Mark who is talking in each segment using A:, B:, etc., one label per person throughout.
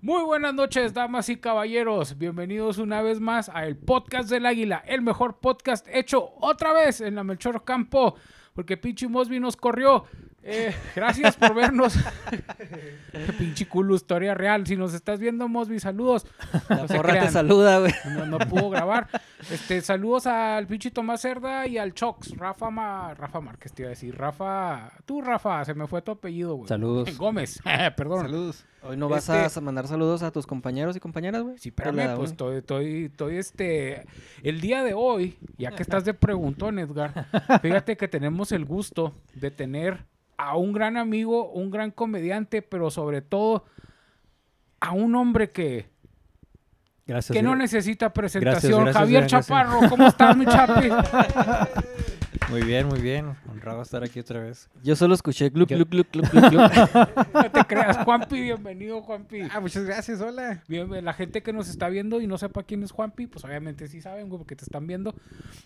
A: Muy buenas noches, damas y caballeros. Bienvenidos una vez más a el podcast del Águila, el mejor podcast hecho otra vez en la Melchor Campo, porque pinche Mosby nos corrió. Eh, gracias por vernos. pinche culo, historia real. Si nos estás viendo, Mosby, saludos.
B: La
A: No se
B: porra te
A: crean.
B: saluda, güey.
A: No, no pudo grabar. Este, saludos al pinche Tomás Cerda y al Chox, Rafa Ma- Rafa Márquez te iba a decir, Rafa, tú Rafa, se me fue tu apellido, güey.
B: Saludos.
A: Gómez, perdón.
C: Saludos.
B: Hoy no vas
A: Este-
B: a mandar saludos a tus compañeros y compañeras, güey.
A: Sí,
B: Por
A: espérame,
B: la-
A: pues estoy, estoy, estoy, este, el día de hoy, ya que estás de preguntón, Edgar, fíjate que tenemos el gusto de tener a un gran amigo, un gran comediante, pero sobre todo a un hombre que,
D: Gracias.
A: que no
D: güey.
A: necesita presentación,
D: gracias,
A: Javier
D: gracias.
A: Chaparro, ¿cómo estás, mi chapi?
D: Muy bien, muy bien. Honrado estar aquí otra vez.
B: Yo solo escuché glup,
D: Yo-
B: glup, glup, glup, glup, glup.
A: No te creas, Juanpi, bienvenido, Juanpi.
C: Ah, muchas gracias, hola.
A: Bien, La gente que nos está viendo y no sepa quién es Juanpi, pues obviamente sí saben, güey, porque te están viendo.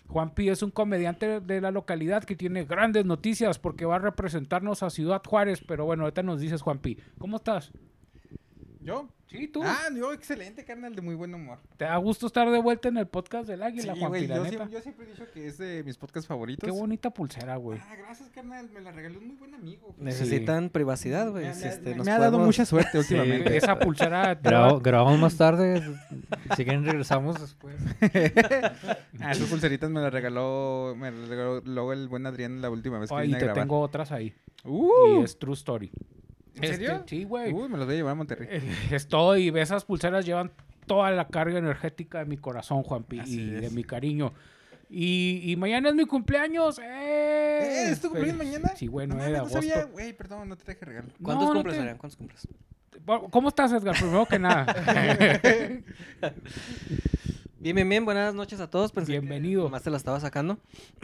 A: Juanpi es un comediante de la localidad que tiene grandes noticias porque va a representarnos a Ciudad Juárez. Pero bueno, ahorita nos dices, Juanpi, ¿cómo estás?
C: ¿Yo?
A: Sí, tú.
C: Ah, yo, excelente, carnal, de muy buen humor.
A: Te da gusto estar de vuelta en el podcast del Águila,
C: Sí,
A: Juanpi,
C: güey,
A: la
C: yo,
A: neta.
C: siempre, yo pues, siempre he dicho que es de mis podcasts favoritos.
A: Qué bonita pulsera, güey.
C: Ah, gracias, carnal, me la regaló un muy buen amigo. güey.
B: Necesitan privacidad, güey.
C: Me,
B: si,
C: me-
B: este,
C: me-
B: nos
C: me ha dado
B: podemos-
C: mucha suerte últimamente.
D: güey.
A: Esa pulsera. te va-
D: grabamos más tarde. Si quieren, regresamos después.
C: Ah, esas pulseritas me las regaló, me las regaló luego el buen Adrián la última vez que
A: Ay,
C: vine a
A: te
C: grabar.
A: tengo otras ahí.
C: Uh,
A: Y es True Story. Este,
C: ¿En serio?
A: sí, güey.
C: Uy, me los voy a llevar a Monterrey.
A: Eh, Estoy, ve, esas pulseras llevan toda la carga energética de mi corazón, Juanpi,
C: Así
A: y de
C: es.
A: mi cariño. Y, y mañana es mi cumpleaños. ¡Eh!
C: Eh, ¿Es tu cumpleaños
A: Feliz-
C: mañana?
A: Sí, bueno,
C: no,
A: eh, de
C: mames, no
A: agosto.
C: sabía. Güey, perdón, no te traje regalo.
B: ¿Cuántos
A: No, no
B: cumples,
A: te-
B: Adrián? ¿Cuántos cumples?
A: Bueno, ¿Cómo estás, Edgar? Primero que nada.
B: Bien, bien, bien. Buenas noches a todos.
C: Pues,
B: Pensé que
A: Bienvenido.
B: nomás te la estaba sacando.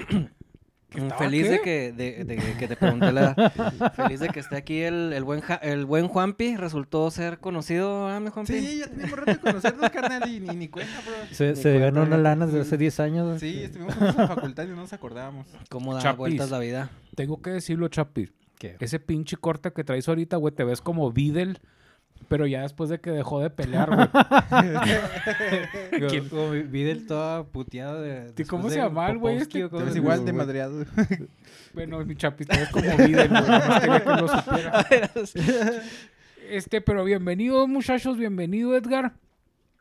B: Mm,
A: estaba
B: Feliz
A: qué?
B: de que, de, de- de que te pregunté la edad. Feliz de que esté aquí el, el buen, Ja- el buen Juanpi. Resultó ser conocido, ¿ah, mi Juanpi?
C: Sí, ya teníamos rato de conocernos, carnal, y ni, ni cuenta, bro.
D: Se,
C: Ni
D: se
C: cuenta,
D: ganó una
C: güey.
D: lana desde hace 10 años.
C: Sí, estuvimos juntos en la facultad y no nos acordábamos.
B: ¿Cómo da
A: Chapis.
B: vueltas la vida?
A: Tengo que decirlo, Chapi.
D: ¿Qué?
A: Ese pinche corte que traes ahorita, güey, te ves como Videl, pero ya después de que dejó de pelear, güey.
D: Yo- Como vi- vi del toda puteada de.
A: ¿Y cómo
D: después
A: se
D: de
A: llamaba el güey
D: Popovsky,
A: este?
D: o
C: Te
D: cómo
C: ves
D: se
C: igual
D: llama,
C: de
D: güey?
C: madreado.
A: Bueno, mi Chapi, te ves como Videl, güey. nomás quería que lo supiera. Este, pero bienvenidos, muchachos, bienvenido, Edgar.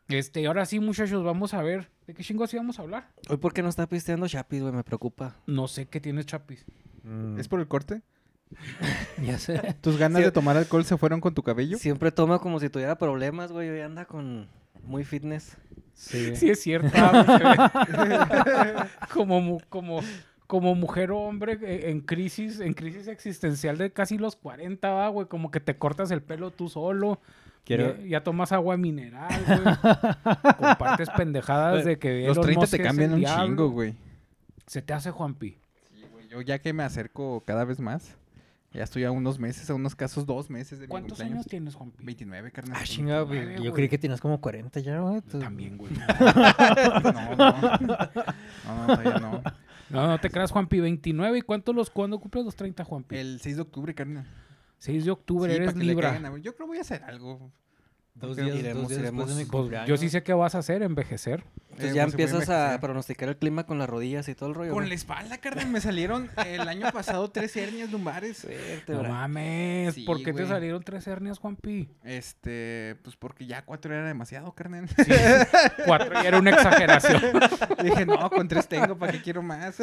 A: Este, ahora sí, muchachos, vamos a ver. ¿De qué chingos íbamos a hablar?
B: Hoy, ¿por qué no está pisteando Chapis, güey? Me preocupa.
A: No sé qué tienes, Chapis.
D: Mm,
C: ¿Es por el corte?
D: Ya sé.
C: ¿Tus ganas de tomar alcohol se fueron con tu cabello?
B: Siempre toma como si tuviera problemas, güey. Hoy anda con muy fitness.
D: Sí.
A: Sí, es cierto. ah, güey, se ve. como, mu- como, como mujer o hombre eh, en crisis, en crisis existencial de casi los 40, va, güey. Como que te cortas el pelo tú solo.
D: Quiero-
A: Ya, ya tomas agua mineral, güey. Compartes pendejadas de que
C: Los
A: Elon
C: 30
A: Musk
C: te
A: es
C: cambian
A: el
C: un
A: diablo.
C: chingo, güey.
A: Se te hace, Juanpi.
C: Sí, güey, Yo ya que me acerco cada vez más, ya estoy a unos meses, a unos casos dos meses de mi
A: ¿Cuántos
C: cumpleaños.
A: años tienes, Juanpi?
C: 29, carnal.
D: Ah, chingado, güey.
A: Madre,
D: Yo
A: güey.
D: creí que tenías como 40 ya, güey. Tú-
A: También, güey.
C: No, no. No, no, todavía no.
A: No, no te creas, Juanpi. 29. ¿Y cuánto los, cuándo cumples los 30, Juanpi?
C: El 6 de octubre, carnal.
A: 6 de octubre,
C: Sí,
A: eres
C: para que le caigan
A: Libra.
C: a- Yo creo voy a hacer algo.
D: Dos
C: Creo-
D: días,
B: Iremos,
D: dos días
B: iremos.
D: después de mi
B: Pues,
D: cumpleaños.
A: Yo sí sé qué vas a hacer, envejecer.
B: Entonces
C: Eh,
B: ya
C: pues, se voy
B: empiezas a
C: envejecer.
B: pronosticar el clima con las rodillas y todo el rollo.
C: Con la
B: güey.
C: espalda, carnal. Me salieron el año pasado tres hernias lumbares.
B: Verte,
A: No
B: bra-
A: mames,
C: Sí,
A: ¿por qué te
C: güey.
A: salieron tres hernias, Juanpi?
C: Este, pues porque ya cuatro era demasiado, carnal.
A: Sí, cuatro y era una exageración.
C: Dije, no, con tres tengo, ¿para qué quiero más?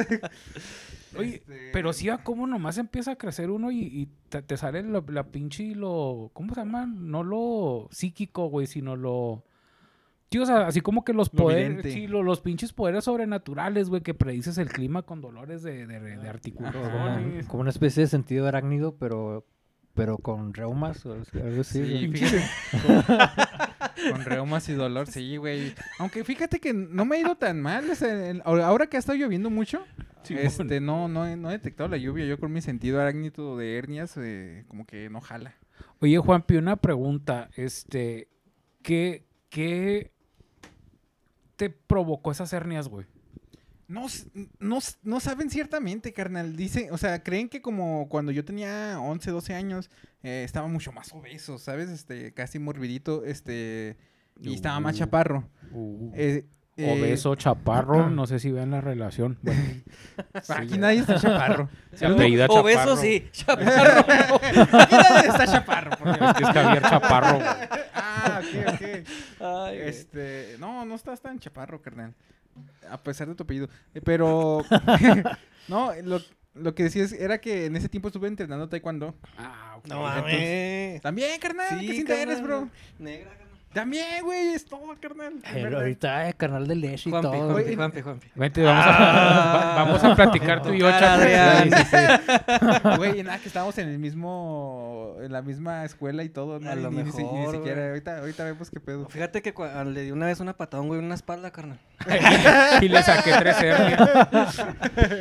A: Oye,
C: Este,
A: pero sí, a cómo nomás empieza a crecer uno y, y te, te sale lo- la pinche lo... ¿Cómo se llama? No lo psíquico, güey, sino lo... Sí, o sea, así como que los
C: Lo
A: poderes,
C: vidente.
A: sí, lo- los pinches poderes sobrenaturales, güey, que predices el clima con dolores de, de, de articulaciones.
D: Como, como una especie de sentido arácnido, pero, pero con reumas o algo así. güey.
C: Sí,
A: pinche-
C: fíjate. Con reumas y dolor, sí, güey. Aunque fíjate que no me ha ido tan mal. o sea, el- ahora que ha estado lloviendo mucho, este, no, no, he, no he detectado la lluvia. Yo con mi sentido arácnido de hernias, eh, como que no jala.
A: Oye, Juanpi, una pregunta. Este, ¿qué, qué te provocó esas hernias, güey?
C: No, s- no, s- no saben ciertamente, carnal. Dice, o sea, creen que como cuando yo tenía 11, 12 años, eh, estaba mucho más obeso, ¿sabes? Este, casi morbidito, este, y estaba más
A: Uh.
C: chaparro. Eh, eh,
A: Obeso, chaparro, no sé si vean la relación. Bueno,
C: Aquí nadie está chaparro.
A: se apellida
B: Obeso
A: Chaparro.
B: sí, chaparro no.
C: Aquí nadie está chaparro. por Dios.
A: Es que es Javier Chaparro. güey.
C: Ah, ok, ok.
B: Ay, güey.
C: Este, no, no estás tan chaparro, carnal. A pesar de tu apellido. Eh, Pero, no, lo, lo que decías era que en ese tiempo estuve entrenando taekwondo.
A: Ah, ok.
B: No mames.
C: También, carnal, Ah, ¿qué cinta eres, bro?
B: carnal. Negra, carnal.
C: También, güey, es todo, carnal. Es
D: Pero
C: verdad.
D: ahorita, eh, canal de leche y
B: Juanpi,
D: todo.
B: Juanpi,
D: güey.
B: Juanpi, Juanpi.
A: Vente, vamos a,
B: Ah.
A: va- vamos a platicar tú y yo,
B: Cara,
A: Chaparro.
B: Adrián.
A: Sí, sí, sí.
C: Güey, nada, que estábamos en el mismo, en la misma escuela y todo, ¿no?
B: A
C: Y
B: lo
C: ni, ni si- ni
B: mejor,
C: siquiera,
B: güey.
C: ahorita, ahorita vemos qué pedo.
B: Fíjate que cua- le di una vez una patada a un güey en una espalda, carnal.
A: Y le saqué tres R.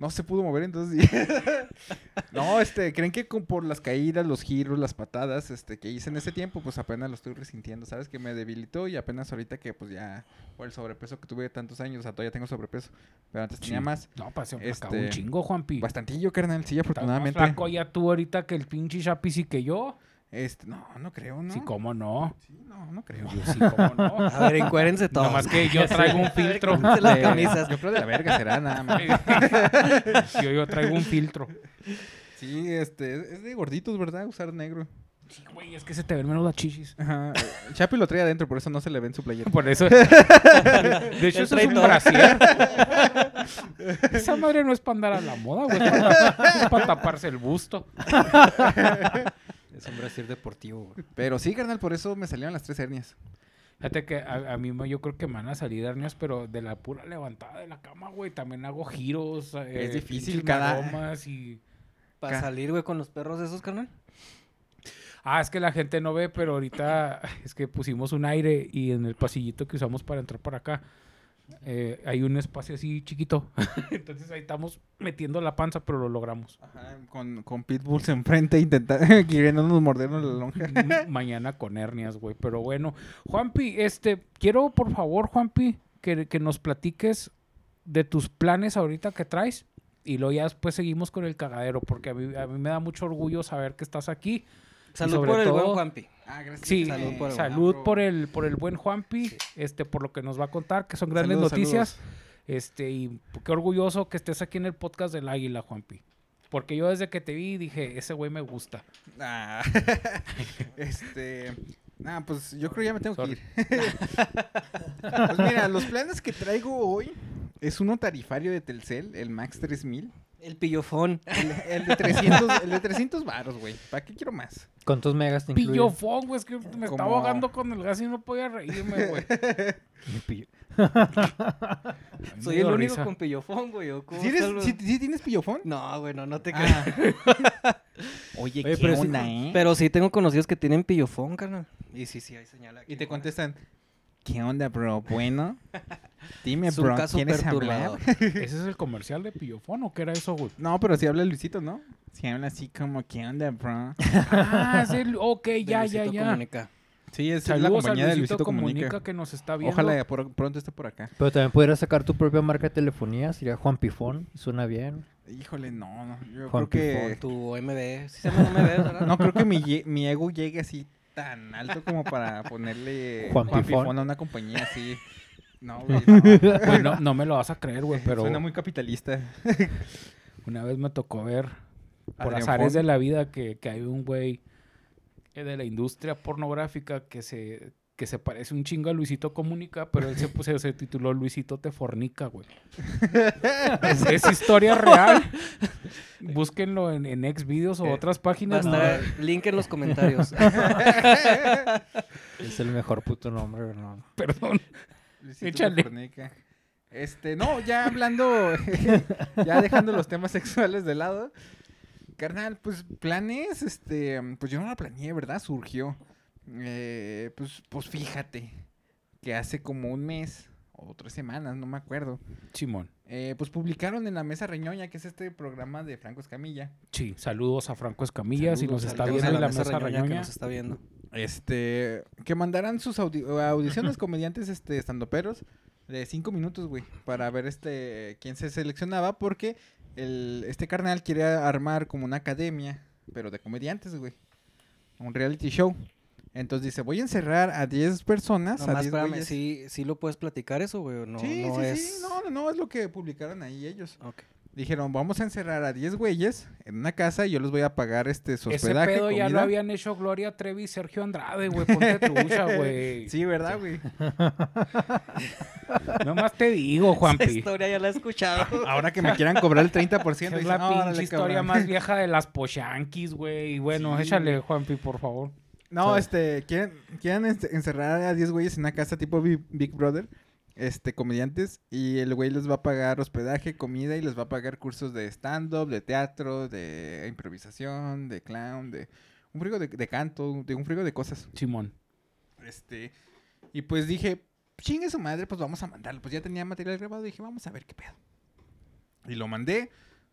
C: No se pudo mover, entonces. y- no, este, creen que con- por las caídas, los giros, las patadas, este, que hice en ese tiempo, pues apenas lo estoy resintiendo, ¿sabes? Que me debilitó y apenas ahorita que, pues ya, por el sobrepeso que tuve tantos años, o sea, todavía tengo sobrepeso, pero antes tenía más.
A: No, pasó me acabó
C: Este,
A: un chingo, Juanpi.
C: Bastantillo, carnal, sí,
A: Estás más
C: afortunadamente.
A: flaco ya tú ahorita que el pinche Chapis y que yo.
C: Este, no, no creo, ¿no?
A: Sí, Ah, cómo no.
C: Sí, no, no creo.
A: Yo sí, cómo no.
B: A ver, encuérense todos.
A: Nada más que yo traigo un filtro.
B: cómo se la- Las
C: Eh,
B: camisas.
C: Yo creo de la verga será nada más.
A: yo, yo traigo un filtro.
C: Sí, este, es- es de gorditos, ¿verdad? Usar negro.
A: Sí, güey, es que se te ven menos las chichis.
C: Ajá. eh, Chapi lo trae adentro, por eso no se le ve en su playera.
A: Por eso. De hecho, eso es un
B: traidor.
A: brasier. Esa madre no es para andar a la moda, güey. Es para, taparse el busto.
B: Es un brasier deportivo, güey.
C: Pero sí, carnal, por eso me salieron las tres hernias.
A: Fíjate que a, a mí me- yo creo que me van a salir hernias, pero de la pura levantada de la cama, güey. También hago giros. eh,
C: difícil
A: pinches
C: cada-
A: maromas y...
B: Para
C: Ca-
B: salir, güey, con los perros esos, carnal.
A: Ah, es que la gente no ve, pero ahorita es que pusimos un aire y en el pasillito que usamos para entrar para acá eh, hay un espacio así chiquito. Entonces ahí estamos metiendo la panza, pero lo logramos.
C: Ajá, con, con pitbulls enfrente intentando queriéndonos mordernos la lonja.
A: M- Mañana con hernias, güey. Pero bueno, Juanpi, este, quiero por favor, Juanpi, que, que nos platiques de tus planes ahorita que traes y luego ya después seguimos con el cagadero, porque a mí, a mí me da mucho orgullo saber que estás aquí.
B: Salud
A: sobre
B: por el
A: todo-
B: buen Juanpi.
C: Ah, gracias.
A: Sí,
B: Salud
A: eh,
B: por el
A: salud por el, por el buen Juanpi, este, por lo que nos va a contar, que son grandes
C: Saludos,
A: noticias.
C: saludos.
A: Este, y qué orgulloso que estés aquí en el podcast del Águila, Juanpi. Porque yo desde que te vi dije, ese güey me gusta.
C: Ah, este. Ah, pues yo creo que ya me tengo
A: Sorry.
C: que ir. pues mira, los planes que traigo hoy es uno tarifario de Telcel, el Max 3000.
B: El pillofón.
C: El, el de 300, el de 300 baros, güey. ¿Para qué quiero más?
D: ¿Cuántos megas te incluye?
A: Pillofón, güey, es que me
C: Como-
A: estaba ahogando con el gas y no podía reírme, güey.
D: Mi pillo-
A: A mí me
B: Soy el
A: dio
B: único
A: risa.
B: con pillofón, güey. ¿o cómo
C: ¿Sí, eres-
B: salgo?
C: sí- sí tienes pillofón?
B: No, güey, no, no te creas.
C: Ah. Oye,
D: Oye,
C: qué
D: pero sí-
C: onda, ¿eh?
B: Pero sí tengo conocidos que tienen pillofón, carnal. Y sí, sí, ahí señala.
C: Y
B: aquí,
C: te
B: güey.
C: contestan, ¿qué onda, bro? Bueno, dime,
B: Es un
C: bro,
B: caso
C: ¿quieres
B: perturbador.
C: hablar?
A: ¿Ese es el comercial de Pillofón o qué era eso, güey?
C: No, pero si habla Luisito, ¿no? Si habla así como, ¿qué onda, bro?
A: Ah, es el... Ok,
B: De
A: ya, ya,
B: Luisito
A: ya.
B: Comunica.
C: Sí, es la
A: Saludos a
C: compañía de
A: Luisito
C: Luisito Comunica.
A: Comunica que nos está viendo.
C: Ojalá por- pronto esté por acá.
D: Pero también podrías sacar tu propia marca de telefonía, sería Juan Pifón, suena bien.
C: Híjole, no, no. Yo
D: Juan
C: creo que...
B: Con tu MB. Sí se llama MB, ¿verdad?
C: No creo que mi, ye- mi ego llegue así tan alto como para ponerle
D: Juan Pifón.
C: a una compañía así. No, güey, no.
A: Güey, Pues no, no me lo vas a creer, güey, pero
C: Suena muy capitalista.
A: una vez me tocó ver por
C: Adrián
A: azares de
C: Fon.
A: la vida que, que hay un güey eh, de la industria pornográfica que se, que se parece un chingo a Luisito Comunica, pero él se, pues, se- se tituló Luisito te fornica, güey. es, es historia real. Búsquenlo en, en Xvideos o
B: Eh,
A: otras
B: Va a
A: páginas.
B: estar link en los comentarios.
D: Es el mejor puto nombre, ¿no?
A: No, perdón.
C: Luisito
A: Échale.
C: Comunica. Este, no, ya hablando, ya dejando los temas sexuales de lado. Carnal, pues planes, este, pues yo no la planeé, ¿verdad? Surgió. Eh, pues, pues fíjate que hace como un mes o tres semanas, no me acuerdo.
A: Simón.
C: eh, pues publicaron en la mesa Reñoña, que es este programa de Franco Escamilla.
A: Sí, saludos a Franco Escamilla si
B: Saludos,
A: nos está
B: saludos
A: viendo
B: a
A: en la mesa
B: reñoña que
A: reñoña.
B: nos está viendo.
C: Este, que mandarán sus audi- audiciones comediantes este estandoperos de cinco minutos, güey, para ver este quién se seleccionaba, porque el, este carnal quería armar como una academia, pero de comediantes, güey. Un reality show. Entonces dice, voy a encerrar a 10 personas. a
B: Nomás
C: 10
B: espérame,
C: güeyes".
B: ¿sí, sí lo puedes platicar eso, güey. o No,
C: sí,
B: no
C: sí,
B: es...
C: sí. No, no, no, es lo que publicaron ahí ellos.
B: Ok.
C: Dijeron, vamos a encerrar a 10 güeyes en una casa y yo les voy a pagar este su
A: Ese
C: hospedaje,
A: pedo ya lo
C: comida".
A: habían hecho Gloria Trevi y Sergio Andrade, güey. Ponte trucha, güey.
C: Sí, ¿verdad, güey?
A: Nomás te digo,
B: Esa
A: Juanpi.
B: historia ya la he escuchado.
C: Ahora que me quieran cobrar el 30%.
A: Esa es
C: dicen,
A: la
C: "No,
A: pinche
C: órale,
A: historia
C: cabrón".
A: más vieja de las pochanquis, güey. Y Bueno,
C: Sí,
A: échale, Juanpi, por favor.
C: No,
D: ¿Sabe?
C: este, quieren, quieren este, encerrar a 10 güeyes en una casa tipo Big, Big Brother, este, comediantes, y el güey les va a pagar hospedaje, comida y les va a pagar cursos de stand-up, de teatro, de improvisación, de clown, de un frigo de, de canto, de un frigo de cosas.
A: Simón.
C: Este, y pues dije, chingue su madre, pues vamos a mandarlo. Pues ya tenía material grabado, dije, vamos a ver qué pedo. Y lo mandé.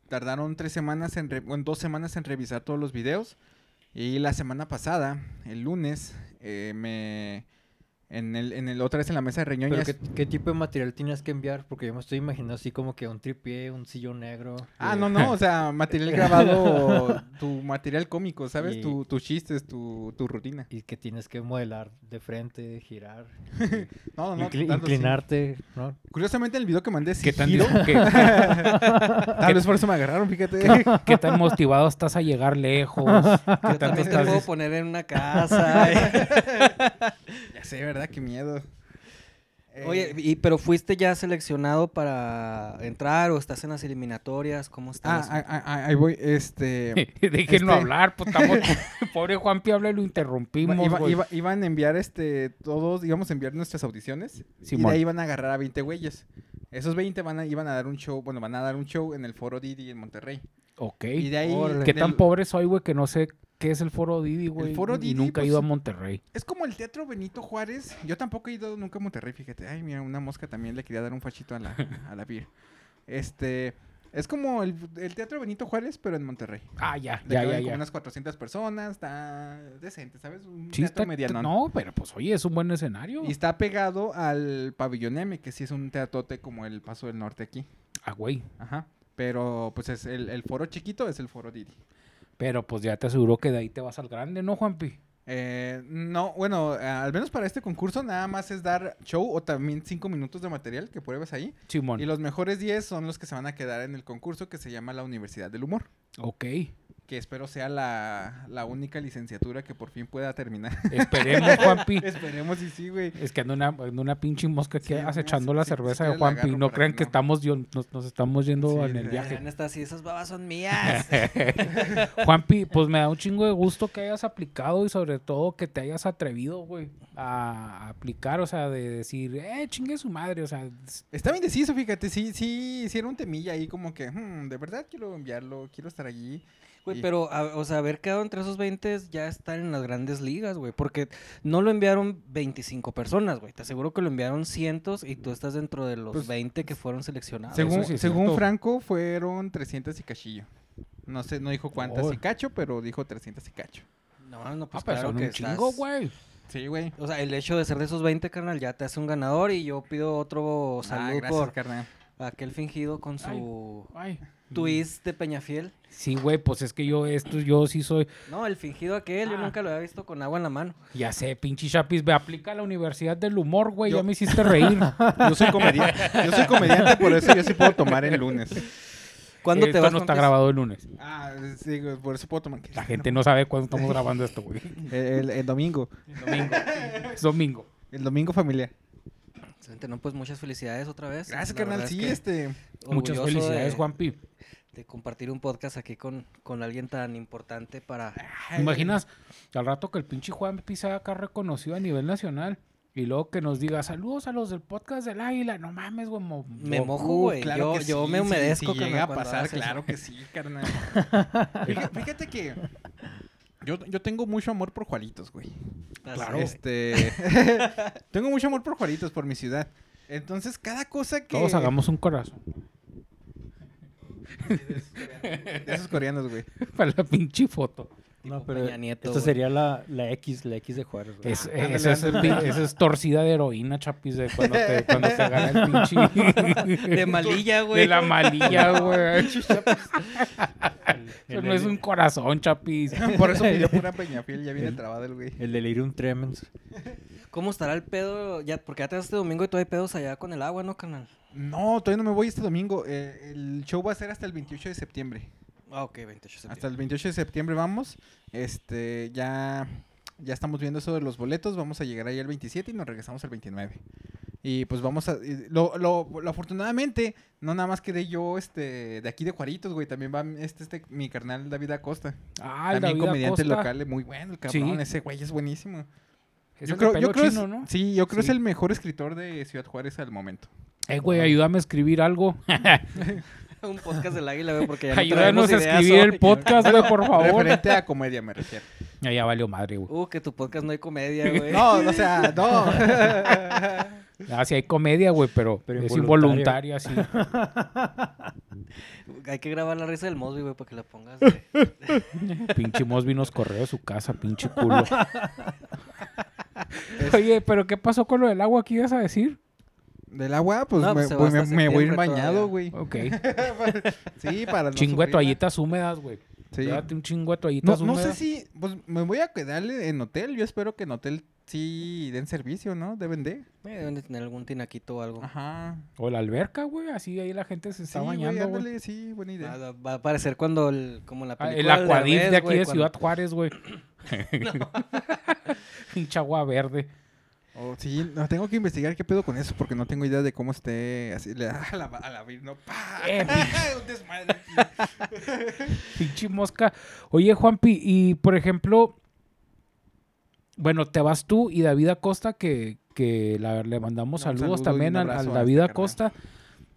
C: Tardaron tres semanas, en re- bueno, dos semanas en revisar todos los videos. Y la semana pasada, el lunes, eh, me... En el, en el otra vez en la mesa de
D: Pero
C: reuniones.
D: ¿qué, qué tipo de material tenías que enviar? Porque yo me estoy imaginando así como que un tripié, un sillón negro. eh,
C: Ah,
D: y-
C: no, no, o sea, material grabado, tu material cómico, ¿sabes?
D: Y-
C: Tu- tus chistes, tu, tu rutina.
D: Y que tienes que modelar de frente, girar,
C: No, no, no.
D: incli-
C: tanto sí.
D: inclinarte, ¿no?
C: Curiosamente, el video que mandé sí
A: ¿Qué tan,
C: giro.
A: dis- qué-
C: Tal vez por eso me agarraron, fíjate.
A: qué tan motivado estás a llegar lejos? ¿Qué
B: Yo
A: tanto
B: también te
A: estás
B: puedo poner en una casa. eh.
C: Ya sé, ¿verdad? Qué miedo. Eh,
B: Oye, y, pero fuiste ya seleccionado para entrar o estás en las eliminatorias, ¿cómo
C: Ah,
B: estás?
C: ah, ah, ah, ahí voy. Este.
A: Déjenlo
C: Este-
A: hablar, pues estamos... Pobre Juanpi habla y lo
C: iba-
A: interrumpimos,
C: iba-
A: güey.
C: iba- iban a enviar este. Todos íbamos a enviar nuestras audiciones. Y
A: Simón.
C: de ahí iban a agarrar a 20 güeyes. Esos 20 van a, iban a dar un show. Bueno, van a dar un show en el Foro Didi en Monterrey.
A: Ok.
C: Y de ahí.
D: Órale.
A: ¿Qué
C: en
A: tan
C: el-
A: pobre soy, güey, que no sé qué es el Foro Didi, güey?
C: Foro
A: y
C: Didi,
A: nunca he
C: pues,
A: ido a Monterrey.
C: Es como el Teatro Benito Juárez. Yo tampoco he ido nunca a Monterrey, fíjate. Ay, mira, una mosca también le quería dar un fachito a la, a la beer. Este. Es como el, el Teatro Benito Juárez, pero en Monterrey.
A: Ah, ya,
C: Le
A: ya,
C: caben
A: ya,
C: como
A: ya.
C: unas 400 personas, está decente, ¿sabes? Un
A: Sí,
C: teatro
A: está-
C: medianón.
A: no, pero pues oye, es un buen escenario.
C: Y está pegado al pabellón M, que sí es un teatote como el Paso del Norte aquí.
A: Ah, güey.
C: Ajá. Pero pues es el, el foro chiquito es el foro Didi.
A: Pero pues ya te aseguro que de ahí te vas al grande, ¿no, Juanpi?
C: Eh, no, bueno, eh, al menos para este concurso nada más es dar show o también cinco minutos de material que pruebas ahí.
A: Simón.
C: Y los mejores 10 son los que se van a quedar en el concurso que se llama la Universidad del Humor.
A: Ok.
C: Que espero sea la, la única licenciatura que por fin pueda terminar.
A: Esperemos, Juanpi.
C: Esperemos y sí, güey.
A: Es que anda una, anda una pinche mosca aquí
C: Sí,
A: acechando
C: mira,
A: la
C: si- si-
A: cerveza
C: si
A: de
C: quieres la
A: Juanpi.
C: agarro
A: No
C: para
A: crean
C: que
A: que
C: no.
A: estamos, yo- nos, nos estamos yendo
C: Sí,
A: en el
C: de-
A: viaje.
B: Adrián está así, esas babas son mías.
A: Juanpi, pues me da un chingo de gusto que hayas aplicado y sobre todo que te hayas atrevido, güey, a aplicar, o sea, de decir, eh, chingue su madre, o sea, s-
C: Estaba indeciso, fíjate, sí, sí, hicieron un temilla ahí como que, "Hmm, de verdad quiero enviarlo, quiero estar allí.
B: Güey,
C: Y-
B: pero, a- o sea, haber quedado entre esos 20 es ya estar en las grandes ligas, güey. Porque no lo enviaron 25 personas, güey. Te aseguro que lo enviaron cientos y tú estás dentro de los
C: Pues,
B: 20 que fueron seleccionados.
C: según
A: sí es
C: según
A: cierto.
C: Franco, fueron 300 y cachillo. No sé, no dijo cuántas
A: Oh.
C: y cacho, pero dijo 300 y cacho.
B: No, no, pues
A: ah, pero
B: claro
A: son
B: que
A: un chingo,
B: estás-
A: güey.
C: Sí, güey.
B: O sea, el hecho de ser de esos 20, carnal, ya te hace un ganador y yo pido otro
C: Ah,
B: saludo
C: gracias,
B: Oh, por
C: carnal.
B: aquel fingido con su
A: Ay.
B: twist de Peñafiel.
A: Sí, güey, pues es que yo esto, yo sí soy,
B: No, el fingido aquel, yo
A: Ah.
B: nunca lo había visto con agua en la mano.
A: ya sé, pinche chapis, me aplica a la Universidad del Humor, güey,
C: Yo-
A: ya me hiciste reír.
C: Yo soy comediante, yo soy comediante, por eso yo sí puedo tomar el lunes.
B: ¿Cuándo
A: esto
B: te vas
A: Eh, no
B: con
A: está
B: que-
A: grabado el lunes.
C: Ah, sí, güey, por eso puedo tomar.
A: La gente no sabe cuándo estamos grabando esto, güey.
C: El, el- el domingo,
A: Domingo. Es domingo.
C: el domingo familiar.
B: Excelente, no, pues muchas felicidades otra vez.
C: Gracias,
B: La
C: carnal.
B: verdad
C: Sí,
B: es que
C: este.
A: Muchas
B: orgulloso
A: felicidades,
B: de-
A: Juanpi.
B: de compartir un podcast aquí con, con alguien tan importante para...
A: ¿Te imaginas al rato que el pinche Juan Pisa acá reconocido a nivel nacional y luego que nos diga saludos a los del podcast del Águila? No mames, güey. mo-
B: Me
A: mo-
B: mojo, güey.
C: Uh, claro
B: yo
C: que
B: yo
C: sí,
B: me
C: sí,
B: humedezco.
C: si
B: carnal,
C: llega a
B: cuando
C: pasar,
B: haces eso.
C: claro que sí, carnal. Fija- Fíjate que yo, yo tengo mucho amor por Juaritos, güey.
B: Así
A: Claro.
B: es.
C: Este, tengo mucho amor por Juaritos, por mi ciudad. Entonces, cada cosa que...
A: Todos hagamos un corazón.
C: De esos coreanos, güey.
A: Para la pinche foto.
D: No,
B: Tipo
D: pero
B: Peña Nieto,
D: esta
B: güey.
D: sería la, la X, la X de Juárez. güey.
A: Es,
C: ándale,
A: esa, es,
C: ándale.
A: esa es torcida de heroína, chapis, de cuando te, cuando te gana el pinche...
B: De malilla, güey.
A: De la malilla, güey.
C: pues.
A: Eso no es un corazón, chapis.
C: Por eso pidió pura Peñafiel, ya viene trabado el güey.
D: El delirium tremens.
B: ¿Cómo estará el pedo? Ya, porque ya te vas este domingo y todavía hay pedos allá con el agua, ¿no, carnal?
C: No, todavía no me voy este domingo. eh, el show va a ser hasta el 28 de septiembre.
B: Ah, ok, 28 de
C: Hasta
B: septiembre.
C: el 28 de septiembre vamos. Este, ya, ya estamos viendo eso de los boletos. Vamos a llegar ahí el 27 y nos regresamos el 29. Y pues vamos a. y Lo, lo- lo afortunadamente, no nada más quedé yo este, de aquí de Juaritos, güey. También va este, este, mi carnal David Acosta.
A: Ah, el
C: también
A: David
C: comediante
A: Acosta.
C: local, eh, muy bueno el cabrón.
A: Sí.
C: Ese güey es buenísimo.
A: Es
C: yo
A: el de
C: creo,
A: pelo
C: yo creo
A: chino,
C: es,
A: ¿no?
C: Sí, yo creo es
A: Sí.
C: el mejor escritor de Ciudad Juárez al momento.
A: Eh, güey, ayúdame a escribir algo.
B: Un podcast del águila, güey, porque ya no traemos
A: Ayúdanos a
B: ideas
A: escribir
B: hoy.
A: el podcast, güey, por favor.
C: Referente a comedia, me refiero.
A: Ya, ya valió madre, güey.
B: Uh, que tu podcast no hay comedia, güey.
C: No, o sea, no.
A: Ah, sí hay comedia, güey, pero,
D: Pero
A: es
D: involuntaria.
A: involuntaria, sí. No,
B: Hay que grabar la risa del Mosby, güey, para que la pongas. güey.
A: pinche Mosby nos corrió de su casa, pinche culo. Oye, pero ¿qué pasó con lo del agua que ibas a decir?
C: Del agua, pues
B: No,
C: me,
B: pues se va
C: voy-
B: hasta
C: me- me voy a ir
B: septiembre todavía.
C: bañado, güey.
A: Ok.
C: sí, para no
A: Chingo de
C: sufrirla.
A: toallitas húmedas, güey.
C: Sí.
A: Date un chingo de
C: No,
A: toallitas
C: no
A: húmedas.
C: sé si, pues me voy a quedar en hotel. Yo espero que en hotel sí den servicio, ¿no? Deben de.
B: Eh, Deben de tener algún tinaquito o algo.
C: Ajá.
A: O la alberca, güey. Así ahí la gente se
C: Sí,
A: está
C: güey,
A: bañando, güey.
C: ándale, sí, buena idea.
B: Va, va a aparecer cuando el, como la
A: Ah,
B: película
A: El
B: del
A: acuadif
B: Derbez,
A: de aquí
B: güey,
A: de
B: cuando-
A: Ciudad Juárez, güey. Pinche agua verde.
C: O sí, no, tengo que investigar qué pedo con eso porque no tengo idea de cómo esté así. le- a la, a la vir, ¿no? ¡Pah!
A: Eh,
C: Un desmadre aquí.
A: Pinche mosca. Oye, Juanpi, y por ejemplo, bueno, te vas tú y David Acosta, que, que la- le mandamos
C: Un
A: saludos
C: saludo y
A: también
C: un
A: al, al
C: abrazo a
A: David
C: este carnal.
A: Acosta.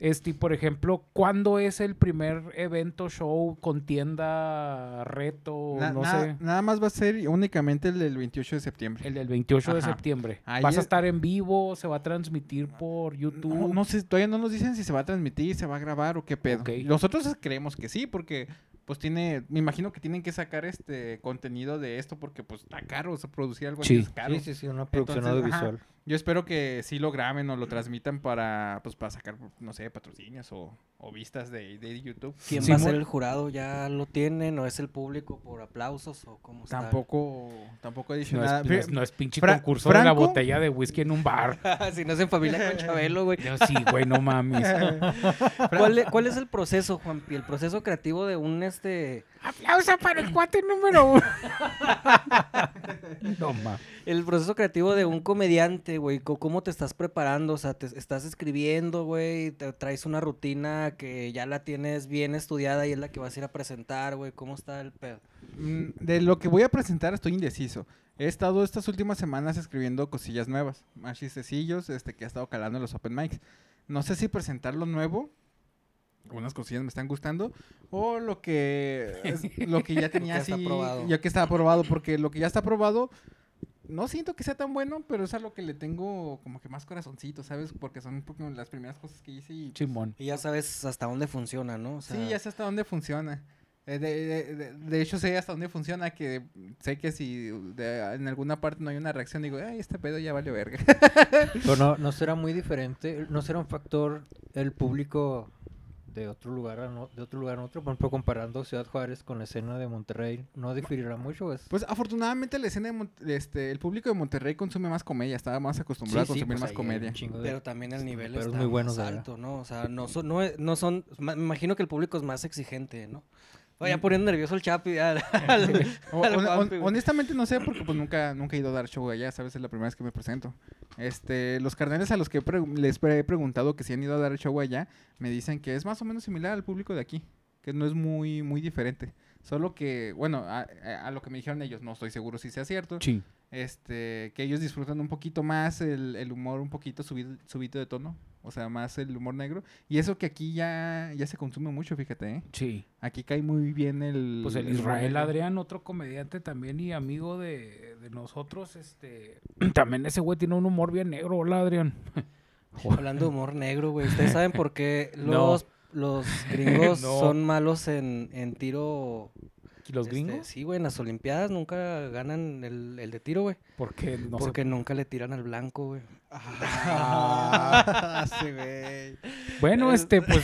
A: Este, y por ejemplo, ¿cuándo es el primer evento, show, contienda, reto,
C: Na-
A: no
C: na-
A: sé?
C: Nada más va a ser únicamente el del 28 de septiembre.
A: El del 28 de
C: Ajá.
A: septiembre.
C: Ahí
A: ¿Vas a
C: es-
A: estar en vivo? ¿Se va a transmitir por YouTube?
C: No, no sé, todavía no nos dicen si se va a transmitir, se va a grabar o qué pedo.
A: Ok.
C: Nosotros creemos que sí, porque pues tiene, me imagino que tienen que sacar este contenido de esto porque pues está caro, o sea, producir algo así
A: Sí.
C: es caro.
D: Sí, sí, sí, una producción
C: Entonces, ajá,
D: audiovisual.
C: Yo espero que sí lo graben o lo transmitan para, pues, para sacar, no sé, patrocinios o, o vistas de, de YouTube.
B: ¿Quién
A: Sí,
B: va a
A: mu-
B: ser el jurado? ¿Ya lo tienen? ¿O es el público por aplausos? ¿O cómo está?
C: Tampoco, tampoco he dicho
A: No
C: nada.
A: es, no es- Pues, no es pinche
C: Fra-
A: concurso de la
C: Franco-
A: botella de whisky en un bar.
B: si no es en familia con Chabelo, güey.
A: Yo sí, güey, no mames.
B: ¿Cuál, e- cuál es el proceso, Juanpi? El proceso creativo de un este.
A: Aplauso para el cuate número uno. no mames.
B: El proceso creativo de un comediante, güey. co- ¿Cómo te estás preparando? O sea, te estás escribiendo, güey. Te traes una rutina que ya la tienes bien estudiada y es la que vas a ir a presentar, güey. ¿Cómo está el pedo?
C: Mm, De lo que voy a presentar estoy indeciso. He estado estas últimas semanas escribiendo cosillas nuevas, más chistecillos, este, que he estado calando en los open mics. No sé si presentar lo nuevo, algunas cosillas me están gustando, o lo que, es- lo que ya tenía
B: ya está
C: así,
B: probado.
C: ya que está aprobado, porque lo que ya está aprobado, no siento que sea tan bueno, pero es a lo que le tengo como que más corazoncito, ¿sabes? Porque son un poco las primeras cosas que hice y
A: Simón.
B: Y ya sabes hasta dónde funciona, ¿no? O sea,
C: Sí, ya sé hasta dónde funciona. Eh, De, de- de- de hecho, sé hasta dónde funciona, que sé que si de- en alguna parte no hay una reacción, digo, ay, este pedo ya vale verga.
D: Pero no, no será muy diferente, no será un factor el público de otro lugar a no- de otro lugar a otro, por ejemplo, comparando Ciudad Juárez con la escena de Monterrey, no diferirá mucho, es
C: Pues afortunadamente la escena de Mon- este, el público de Monterrey consume más comedia, estaba más acostumbrado
D: Sí,
C: a
D: sí,
C: consumir
D: pues
C: más
D: ahí hay un
C: comedia.
D: chingo de-
B: Pero también el nivel
D: Pero
B: es
D: es muy bueno,
B: más
D: de verdad.
B: alto, ¿no? O sea, no son, no, es- no son, ma- me imagino que el público es más exigente, ¿no? Oye, ya poniendo nervioso el chapi. al- al-
C: O-
B: al
C: hon-
B: Juanpi,
C: hon-
B: güey.
C: honestamente no sé porque pues nunca, nunca he ido a dar show allá, sabes, es la primera vez que me presento. Este, los carnales a los que pre- les pre- he preguntado que si han ido a dar show allá, me dicen que es más o menos similar al público de aquí, que no es muy, muy diferente. Solo que, bueno, a, a- a lo que me dijeron ellos, no estoy seguro si sea cierto,
A: Sí.
C: este, que ellos disfrutan un poquito más el, el humor un poquito subido, subido de tono, o sea, más el humor negro. Y eso que aquí ya, ya se consume mucho, fíjate, ¿eh?
A: Sí.
C: Aquí cae muy bien el...
A: Pues el
C: humor
A: Israel
C: negro.
A: Adrián, otro comediante también y amigo de, de nosotros, este, también ese güey tiene un humor bien negro, hola Adrián.
B: Hablando de humor negro, güey. ¿Ustedes saben por qué
A: No.
B: los, los gringos
A: No.
B: son malos en, en tiro
A: ¿Los
B: Este,
A: gringos?
B: sí, güey, en las Olimpiadas nunca ganan el, el de tiro, güey.
A: Porque no sé.
B: porque nunca le tiran al blanco, güey.
C: Ah, sí, güey.
A: Bueno, este, pues.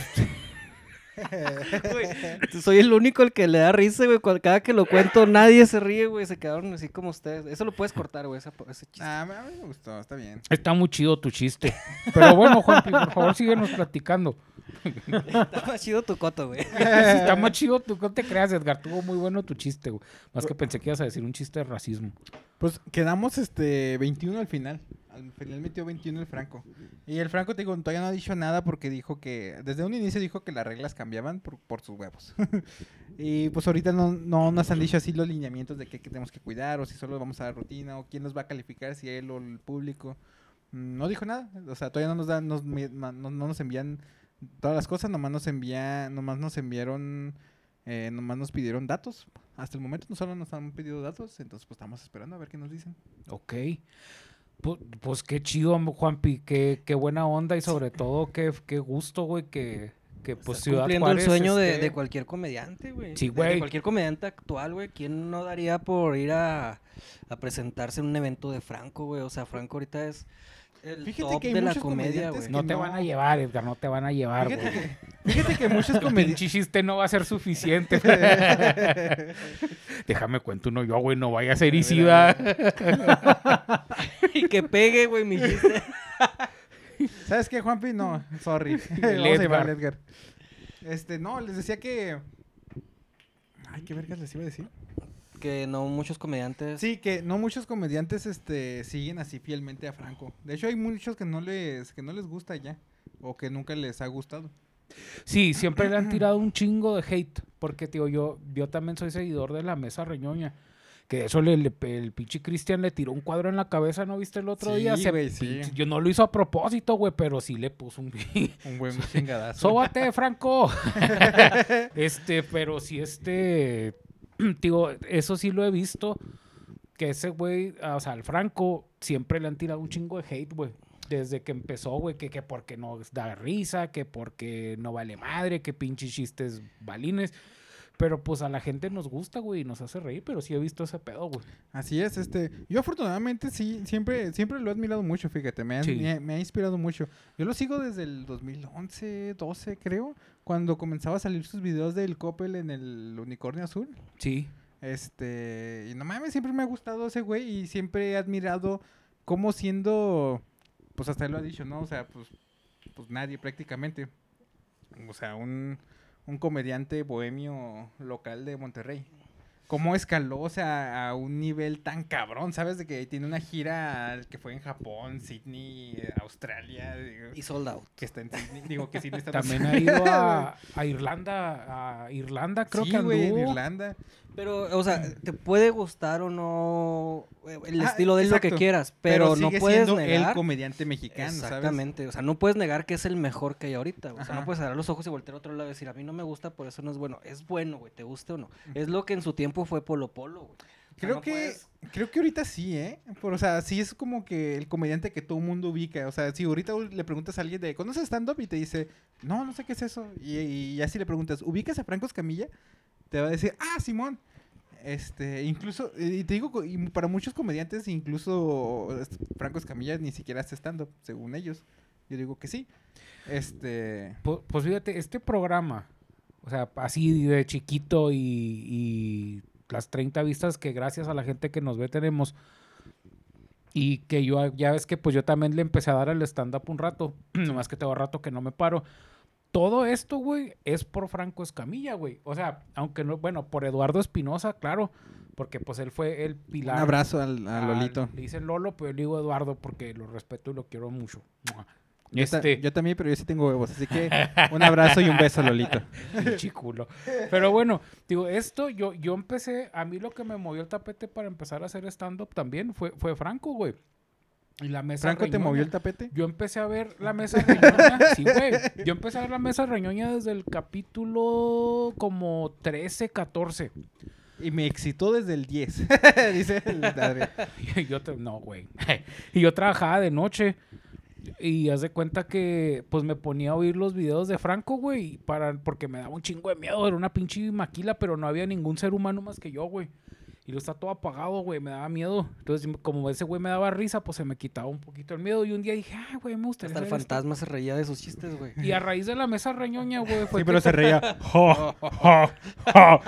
B: Soy el único el que le da risa, güey. cual- Cada que lo cuento, nadie se ríe, güey. Se quedaron así como ustedes. Eso lo puedes cortar, güey, esa- ese chiste.
C: Ah, me- a mí me gustó, está bien.
A: Está muy chido tu chiste. Pero bueno, Juanpi, por favor, síguenos platicando.
B: Está más chido tu coto, güey.
A: Sí, Está más chido, tú no te creas, Edgar. Tuvo muy bueno tu chiste, güey. Más que pensé que ibas a decir un chiste de racismo.
C: Pues quedamos este 21 al final. Al final metió 21 el Franco. Y el Franco, te digo, todavía no ha dicho nada porque dijo que, desde un inicio dijo que las reglas cambiaban por, por sus huevos. y pues ahorita no, no nos han dicho así los lineamientos de qué, qué tenemos que cuidar o si solo vamos a la rutina o quién nos va a calificar, si él o el público. Mm, No dijo nada. O sea, todavía no nos dan, nos me- ma- no, no nos envían todas las cosas, nomás nos envían, nomás nos enviaron, eh, nomás nos pidieron datos hasta el momento no solo nos han pedido datos, entonces pues estamos esperando a ver qué nos dicen.
A: Ok. Pu- Pues, qué chido, am- Juanpi. Qué, qué buena onda y sobre todo qué, qué gusto, güey, que, que pues
B: Estás
A: Ciudad
B: cumpliendo
A: Juárez. este,
B: el sueño de-
A: esté-
B: de, cualquier comediante, güey.
A: Sí,
B: De- De,
A: güey.
B: cualquier comediante actual, güey. ¿Quién no daría por ir a, a presentarse en un evento de Franco, güey? O sea, Franco ahorita es el
C: Fíjate
B: top
C: que hay
B: de la
C: muchos
B: comedia,
C: comediantes
B: güey.
A: No
C: que
A: te
C: no.
A: van a llevar, Edgar, no te van a llevar, Ah, güey.
C: Fíjate que, fíjate que muchos
A: El
C: comediantes...
A: chiste no va a ser suficiente. Déjame cuento uno yo, güey, no vaya a ser
C: Mira,
A: Isida.
B: Y que pegue, güey, mi chiste.
C: ¿Sabes qué, Juanpi? No, sorry.
A: El
C: Vamos a llevar al
A: Edgar.
C: Edgar. Este, no, les decía que... Ay, qué vergas les iba a decir.
B: que no muchos comediantes.
C: Sí, que no muchos comediantes este, siguen así fielmente a Franco. De hecho, hay muchos que no les, que no les gusta ya. O que nunca les ha gustado.
A: Sí, siempre le han tirado un chingo de hate. Porque, tío, yo, yo también soy seguidor de la mesa reñoña. Que de eso le, le- el pinche Cristian le tiró un cuadro en la cabeza, ¿no viste el otro
C: Sí,
A: día?
C: güey, sí.
A: Yo no lo hizo a propósito, güey, pero sí le puso un...
C: Un buen chingadazo.
A: ¡Sóbate, Franco! este, pero si este... Digo, eso sí lo he visto. Que ese güey, ah, o sea, al Franco siempre le han tirado un chingo de hate, güey. Desde que empezó, güey, que, que porque no da risa, que porque no vale madre, que pinches chistes balines. Pero pues a la gente nos gusta, güey, y nos hace reír, pero sí he visto ese pedo, güey.
C: Así es, este, yo afortunadamente sí, siempre, siempre lo he admirado mucho, fíjate, me ha,
A: Sí.
C: me ha- me ha inspirado mucho. Yo lo sigo desde el 2011, 12 creo, cuando comenzaba a salir sus videos del Coppel en el Unicornio Azul.
A: Sí.
C: Este, y no mames, siempre me ha gustado ese güey y siempre he admirado cómo siendo, pues hasta él lo ha dicho, ¿no? O sea, pues, pues nadie prácticamente. O sea, un, un comediante bohemio local de Monterrey. Cómo escaló, o sea, a un nivel tan cabrón, ¿sabes? De que tiene una gira al que fue en Japón, Sydney, eh, Australia, digo,
B: Y sold out.
C: que está en Sydney, digo que Sydney está en
A: También ha
C: Australia.
A: ido a, a Irlanda, a Irlanda creo
C: Sí,
A: que anduvo.
C: güey, en Irlanda.
B: Pero, o sea, te puede gustar o no eh, el
C: Ah,
B: estilo de él lo que
C: exacto.
B: quieras, pero, no
C: sigue
B: puedes
C: siendo el
B: negar.
C: comediante mexicano, ¿sabes?
B: Exactamente, o sea, no puedes negar que es el mejor que hay ahorita, güey. o sea, no
C: Ajá.
B: puedes cerrar los ojos y voltear a otro lado y decir, a mí no me gusta, por eso no es bueno. Es bueno, güey, te guste o no. Es lo que en su tiempo fue Polo Polo, güey. O sea,
C: Creo
B: no
C: que
B: puedes-
C: creo que ahorita sí, ¿eh? Por, o sea, sí es como que el comediante que todo el mundo ubica. O sea, si ahorita le preguntas a alguien de ¿conoces stand-up? y te dice, no, no sé qué es eso. Y, y ya si le preguntas, ¿ubicas a Franco Escamilla? Te va a decir, ah, Simón. Este, incluso, y te digo, co- y para muchos comediantes, incluso es- Franco Escamilla ni siquiera hace stand-up, según ellos. Yo digo que sí. Este.
A: Pu- Pues, fíjate, este programa, o sea, así de chiquito y, y las 30 vistas que gracias a la gente que nos ve tenemos y que yo, a- ya ves que pues yo también le empecé a dar al stand-up un rato, nomás que tengo rato que no me paro. Todo esto, güey, es por Franco Escamilla, güey. O sea, aunque no, bueno, por Eduardo Espinosa, claro, porque pues él fue el
C: Un
A: pilar.
C: abrazo al, a
A: Ah,
C: Lolito.
A: Le dicen Lolo, pero yo le digo Eduardo porque lo respeto y lo quiero mucho. Mua.
C: Yo, ta-
A: Este-
C: yo también, pero yo sí tengo huevos. Así que un abrazo y un beso, Lolito.
A: Pinche culo. Pero bueno, digo, esto yo, yo empecé, a mí lo que me movió el tapete para empezar a hacer stand-up también fue, fue Franco, güey. Y la mesa
C: ¿Franco te
A: reñoña.
C: movió el tapete?
A: Yo empecé a ver la mesa reñoña. sí, güey. Yo empecé a ver la mesa reñoña desde el capítulo como 13, 14.
C: Y me excitó desde el 10. Dice el Adrián.
A: Y yo, tra- no, güey. y yo trabajaba de noche. Y haz de cuenta que pues me ponía a oír los videos de Franco, güey, para, porque me daba un chingo de miedo, era una pinche maquila, pero no había ningún ser humano más que yo, güey. Y lo está todo apagado, güey, me daba miedo. Entonces, como ese güey me daba risa, pues se me quitaba un poquito el miedo. Y un día dije, ah, güey, me gusta.
B: Hasta el fantasma se reía de sus chistes, güey.
A: Y a raíz de la mesa reñoña, güey, fue
E: Sí,
A: que-
E: pero se reía. Jo, jo, jo.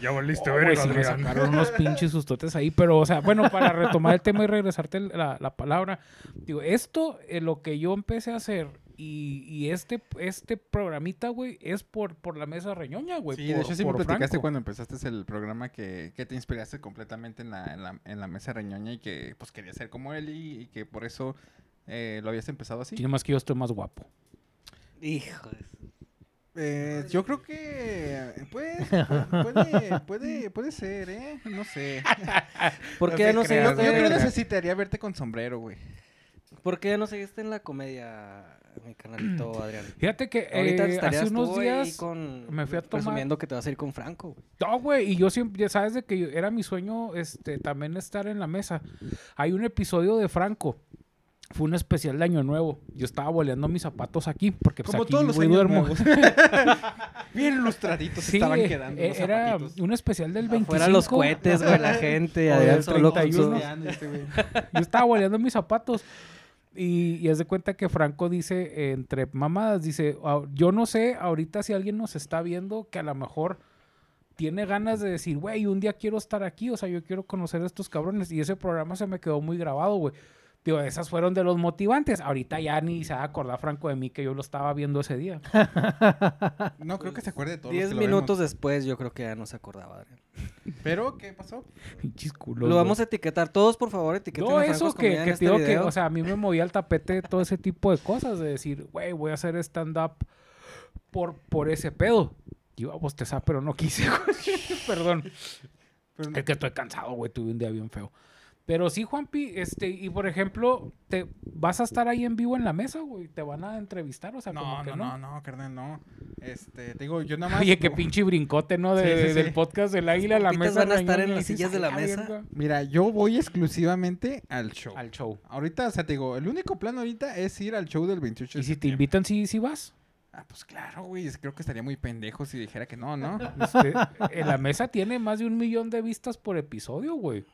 E: Ya volviste
A: Oh, güey, sí me sacaron unos pinches sustotes ahí, pero, o sea, bueno, para retomar el tema y regresarte el- la, la palabra, digo, esto, eh, lo que yo empecé a hacer y, y este, este programita, güey, es por, por la mesa reñoña, güey.
C: Sí, de
A: por-
C: hecho sí me
A: por
C: platicaste
A: Franco.
C: cuando empezaste el programa que, que te inspiraste completamente en la, en, la, en la mesa reñoña y que pues querías ser como él y, y que por eso eh, lo habías empezado así.
A: Sí, nomás que yo estoy más guapo.
B: Hijo de su-
C: Eh, yo creo que pues pu- puede, puede, puede ser, ¿eh? No sé.
B: ¿Por
C: No
B: qué
C: te
B: ya no
C: creas,
B: seguiste?
C: Yo creo que necesitaría verte con sombrero, güey.
B: ¿Por qué ya no seguiste en la comedia, mi canalito Adrián?
A: Fíjate que
B: Ahorita
A: eh,
B: estarías
A: hace unos
B: tú ahí
A: días...
B: con,
A: me fui a tomar-
B: presumiendo que te vas a ir con Franco. güey.
A: No, güey, y yo siempre, ya sabes de que yo- era mi sueño este, también estar en la mesa. Hay un episodio de Franco. Fue un especial de Año Nuevo. Yo estaba boleando mis zapatos aquí, porque pues,
C: Como
A: aquí,
C: todos los
A: güey,
C: años
A: duermo.
C: nuevos. Bien ilustraditos
A: Sí,
C: Pues estaban
A: eh,
C: quedando
A: eh,
C: los
A: era
C: zapatitos.
A: un especial del 25.
B: Fuera los cohetes, güey, la gente. Adrián solo con su-
A: 31.
C: Este,
A: Yo estaba boleando mis zapatos. Y, y haz de cuenta que Franco dice, eh, entre mamadas, dice, "Ah, yo no sé ahorita si alguien nos está viendo que a lo mejor tiene ganas de decir, güey, un día quiero estar aquí, o sea, yo quiero conocer a estos cabrones. Y ese programa se me quedó muy grabado, güey. Digo, esas fueron de los motivantes. Ahorita ya ni se va a acordar Franco de mí que yo lo estaba viendo ese día.
C: No creo que se acuerde de todos los
B: Diez
C: que lo vemos.
B: minutos después, yo creo que ya no se acordaba, Adrián.
C: Pero, ¿qué pasó?
A: Pinches culos,
B: Lo
A: güey.
B: vamos a etiquetar. Todos, por favor, etiqueten
A: No,
B: a Franco
A: eso
B: Escamilla
A: que,
B: en
A: que
B: este
A: te digo que,
B: video.
A: o sea, a mí me movía el tapete todo ese tipo de cosas, de decir, güey, voy a hacer stand-up por, por ese pedo. Yo "Ah, a bostezar, pero no quise, güey. Perdón.
C: Pero-
A: Es que estoy cansado, güey, tuve un día bien feo. Pero sí, Juanpi, este, y por ejemplo, te vas a estar ahí en vivo en la mesa, güey, te van a entrevistar, o sea, como
C: No,
A: que
C: no,
A: no.
C: no, no, carnal, no. Este, te digo, yo nada más.
A: Oye, qué pinche brincote, ¿no? De-
C: Sí, sí, sí.
A: Del podcast del águila a la
B: compitas
A: mesa.
B: van a estar
A: reñoña,
B: en las
A: dices,
B: sillas de
A: "A
B: la mesa".
A: verga".
C: Mira, yo voy exclusivamente al show.
A: Al show.
C: Ahorita, o sea, te digo, el único plan ahorita es ir al show del 28
A: Y
C: de
A: si te
C: septiembre.
A: invitan, sí, sí vas.
C: Ah, pues claro, güey. es- Creo que estaría muy pendejo si dijera que no, ¿no?
A: Este, en la mesa tiene más de un millón de vistas por episodio, güey.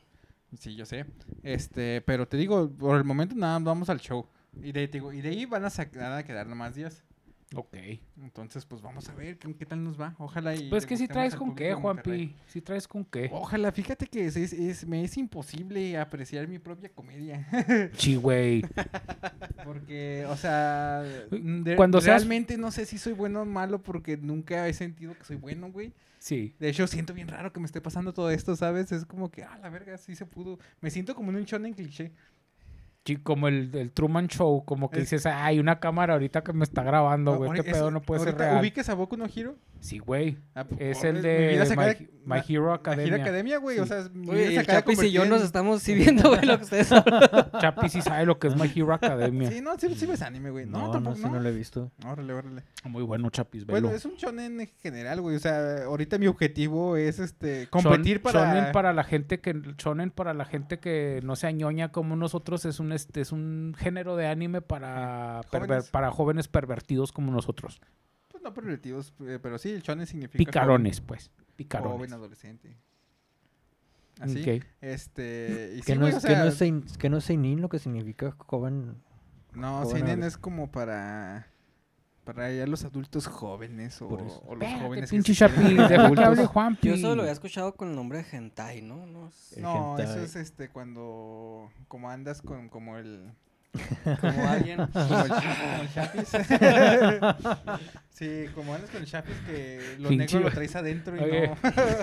C: Sí, yo sé. Este, pero te digo, por el momento nada, vamos al show. Y de, te digo, y de ahí van a, sa- van a quedar nomás 10.
A: Ok.
C: Entonces, pues vamos a ver qué, qué tal nos va. Ojalá y.
A: Pues es
C: le
A: que si
C: buscamos
A: traes
C: al
A: con
C: público
A: qué,
C: de Monterrey. Oh.
A: Juanpi. Si traes con qué.
C: Ojalá, fíjate que es- es- es- me es imposible apreciar mi propia comedia.
A: Sí, güey.
C: Porque, o sea, de-
A: Mm, Cuando seas-
C: realmente no sé si soy bueno o malo porque nunca he sentido que soy bueno, güey.
A: Sí.
C: De hecho, siento bien raro que me esté pasando todo esto, ¿sabes? Es como que, ah, la verga, sí se pudo. Me siento como en un shonen cliché.
A: Sí, como el, el Truman Show, como que
C: Es-
A: dices, "Ah, hay una cámara ahorita que me está grabando, güey.
C: Ahora-
A: Este
C: Ah, es-
A: pedo no puede ser
C: ahorita,
A: real.
C: ¿Ubicas a Boku no Hero?
A: Sí, güey.
C: Ah, pues,
A: Es
C: por-
A: el
C: mi
A: de
C: vida se
A: My-
C: acaba-
A: My
C: ma-
A: Hero Academia.
C: Academia, güey. O
A: Sí.
C: sea, es- mi vida
B: Oye,
C: se
B: el
C: acaba de
B: Chapis y yo
C: convertir
B: nos
C: en-
B: estamos sí viendo, güey, lo que ustedes hablan.
A: Chapi sí sabe lo que es My Hero Academia.
C: Sí, no, sí, sí ves anime, güey. No,
D: No, no,
C: tampoco,
D: ese
C: no.
D: no lo he visto.
C: Órale, órale.
A: Muy bueno, Chapis, velo.
C: Bueno, es un shonen en general, güey. O sea, ahorita mi objetivo es, este, competir
A: Shon-
C: para...
A: shonen para la gente que shonen para la gente que no se añoña como nosotros es un este es un género de anime para
C: Jóvenes.
A: perver- para jóvenes pervertidos como nosotros
C: Pues no pervertidos, eh, pero sí, el shonen significa... joven-
A: picarones pues
C: Joven,
A: picarones
C: adolescente. Así,
A: Ok.
C: este... Y
D: Que
C: sí,
D: no
C: güey,
D: es
C: o
D: que no
C: sea,
D: es sein- que no es seinen lo que significa joven.
C: No,
D: Joven
C: seinen
D: adolescente.
C: es como para... Para ya los adultos jóvenes o,
D: Por eso.
C: o los
A: Espérate,
C: jóvenes... que
A: pinche
C: se quieren-
A: Chapi, deja que hable Juanpi.
B: Yo solo lo había escuchado con el nombre de Hentai, ¿no? no sé.
D: El
C: No, eso
D: hentai.
C: es este cuando como andas con como el
B: Como alguien.
C: como el, chi- como el chapis. sí, como andas con el chapis que lo
A: Pinche-
C: negro lo traes adentro y
A: Oye.
C: no,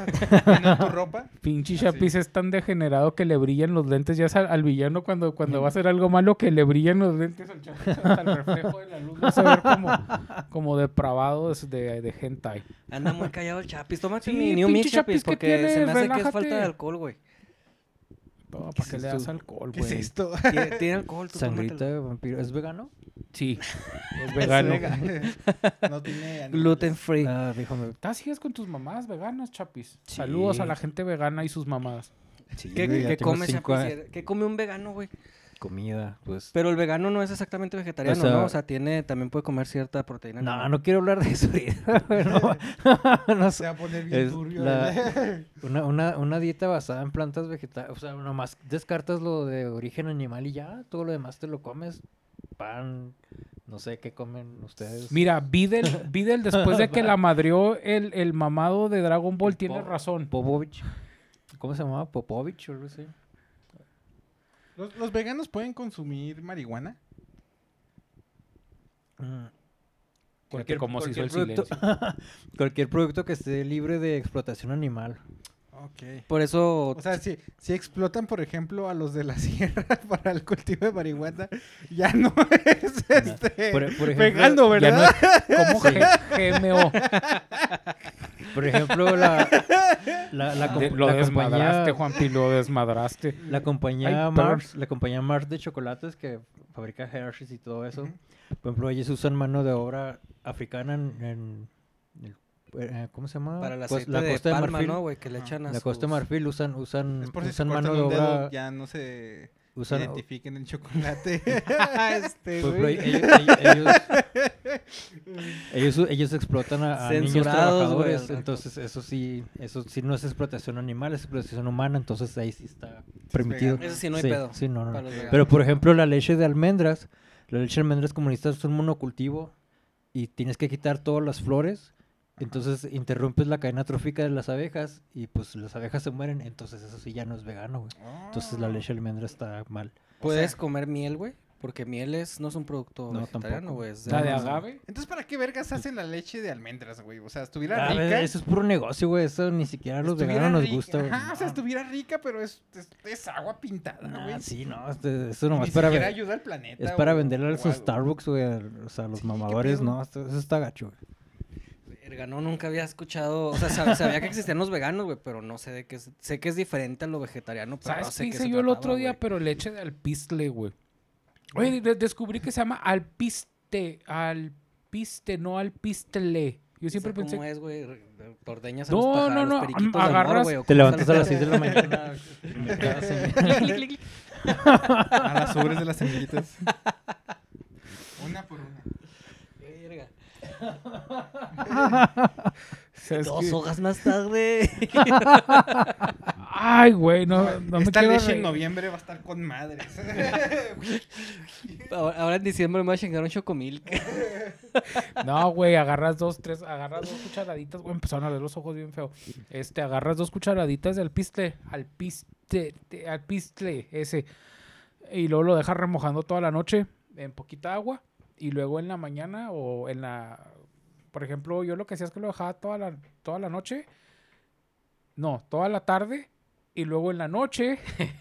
C: y no en tu ropa.
A: Pinche
C: Así.
A: Chapis es tan degenerado que le brillan los lentes ya es al, al villano cuando, cuando va a hacer algo malo que le brillan los lentes al Chapis hasta el reflejo de la luz lo hace ver como, como depravado es de, de hentai.
B: Anda muy callado el Chapis. Tómate
A: Sí,
B: mi New Mix,
A: pinche Chapis,
B: Chapis,
A: ¿qué
B: porque
A: tienes?
B: se me hace que
A: Relájate.
B: es falta de alcohol, güey.
A: No,
C: ¿Qué
A: ¿Para
C: es
A: qué le das
C: esto?
A: alcohol,
C: ¿Qué es
A: güey?
C: esto?
B: Tiene, tiene alcohol, tú
D: Sangrita
B: tómatelo.
D: de vampiro. ¿Es vegano?
A: Sí, es pues vegano.
C: Es vegano. no tiene animales.
B: Gluten free.
D: Ah, déjame.
A: Ah, sigues con tus mamás veganas, Chapis.
D: Sí.
A: Saludos a la gente vegana y sus mamadas.
B: ¿Qué,
D: güey, ya
B: qué
D: tengo
B: come
D: cinco
B: Chapis? ¿Qué come un vegano, güey?
D: comida, pues...
B: Pero el vegano no es exactamente vegetariano,
D: O sea-
B: ¿no? O sea, tiene, también puede comer cierta proteína.
D: No,
B: animal.
D: no quiero hablar de eso ahorita, güey, no, no
C: Se
D: sé.
C: va a poner bien
D: bien Es
C: turbio.
D: turbio, la- Una, una, una dieta basada en plantas vegetales, o sea, nomás descartas lo de origen animal y ya, todo lo demás te lo comes. Pan, no sé qué comen ustedes.
A: Mira, Videl, Videl después de que la madrió el, el mamado de Dragon Ball, tiene
D: Bob.
A: razón.
D: Popovich. ¿Cómo se llamaba? Popovich o algo así.
C: ¿Los, los veganos pueden consumir marihuana?
A: Porque como se hizo el
D: producto,
A: silencio.
D: cualquier producto que esté libre de explotación animal.
C: Ok.
B: Por eso,
C: O sea, si, si explotan, por ejemplo, a los de la sierra para el cultivo de marihuana, ya no es
A: Eh,
C: este,
D: Por, e- por ejemplo,
C: vegano,
A: Ya
C: ¿verdad?
A: no es como G- GMO.
D: por ejemplo, la, la, la
A: De-
D: com-
A: lo
D: la
A: desmadraste,
D: compañía,
A: Juanpi, lo desmadraste.
D: la compañía
A: Ay,
D: Mars, la compañía Mars de chocolates que fabrica Hershey's y todo eso. Por ejemplo, ellos usan mano de obra africana en, en el- eh, ¿cómo se llama?
B: para el
D: Cos-
B: aceite de palma, ¿no, güey? Que le
A: Ah.
C: Ajá.
B: echan a
D: La Costa de
B: sus-
D: Marfil usan usan
C: Es por si se
D: Mm, usan
C: cortan
D: mano
C: un
D: de
C: dedo,
D: obra
C: ya no se
D: usan
C: identifiquen el chocolate.
B: este,
D: Por ejemplo,
B: güey.
D: ellos, ellos, ellos- ellos- ellos explotan a, a niños
B: Censurados, güey, al
D: trabajadores,
B: rato.
D: entonces eso sí, eso sí no es explotación animal, es explotación humana, entonces ahí sí está
C: vegano.
D: permitido.
B: Eso sí, no hay pedo.
D: sí, no, no, no.
B: para los veganos.
D: Pero por ejemplo, la leche de almendras, la leche de almendras comunistas es un monocultivo y tienes que quitar todas las flores, entonces interrumpes la cadena trófica de las abejas y pues las abejas se mueren, entonces eso sí ya no es vegano, güey. Entonces
C: Ah.
D: la leche de almendras está mal.
B: ¿Puedes comer miel, güey? Porque miel es, no es un producto
D: No,
B: vegetariano,
D: tampoco.
B: güey. es
A: La de
B: animal.
A: agave.
C: Entonces, ¿para qué vergas hacen la leche de almendras, güey? O sea, estuviera
D: Ah,
C: rica.
D: Eso es puro negocio, güey. Eso ni siquiera a los
C: estuviera
D: veganos nos
C: rica-
D: gusta, güey.
C: Ajá, o sea,
D: No.
C: estuviera rica, pero es, es, es agua pintada,
D: Ah,
C: güey.
D: sí, no. este- Eso
C: Y
D: nomás
C: Ni
D: para
C: siquiera
D: ver-
C: ayuda al planeta.
D: Es para
C: o-
D: venderle a
C: o
D: esos
C: algo.
D: Starbucks, güey. al- O sea, a los
C: Sí, qué
D: mamadores,
C: pedo.
D: no. esto- Eso está gacho, güey.
B: Verga, no, nunca había escuchado. O sea, sab- sabía que existían los veganos, güey, pero no sé de qué. es- Sé que es diferente a lo vegetariano, pero no
A: ¿Sabes
B: sé
A: qué
B: qué
A: hice
B: se
A: yo el
B: trataba,
A: otro día?
B: güey.
A: Pero leche de alpizcle, güey. Oye, de- descubrí que se llama alpiste. Alpiste, no alpistle. Yo siempre
B: O sea,
A: pensé.
B: ¿Cómo es, güey? Re- re- te ordeñas a
A: No,
B: los
A: no,
B: pájaros,
A: no,
B: periquitos de
A: am-
B: amor,
A: agarras-
B: güey, o
D: Te
B: cómo
D: levantas a
B: sale?
D: las 6 de la mañana.
C: A las sobres de las semillitas. una por una.
B: Verga.
A: ¿sabes
B: Dos
A: qué?
B: hojas más tarde.
A: Ay, güey, no, no me
C: Esta
A: quiero
C: leche en
A: reír.
C: noviembre va a estar con madres.
B: ahora, ahora en diciembre me va a chingar un chocomil.
A: No, güey, agarras dos, tres, agarras dos cucharaditas, güey, empezaron a ver los ojos bien feo. Este, agarras dos cucharaditas de alpiste, alpiste, te- alpistle, ese. Y luego lo dejas remojando toda la noche en poquita agua. Y luego en la mañana o en la... Por ejemplo, yo lo que hacía es que lo dejaba toda la, toda la noche. No, toda la tarde. Y luego en la noche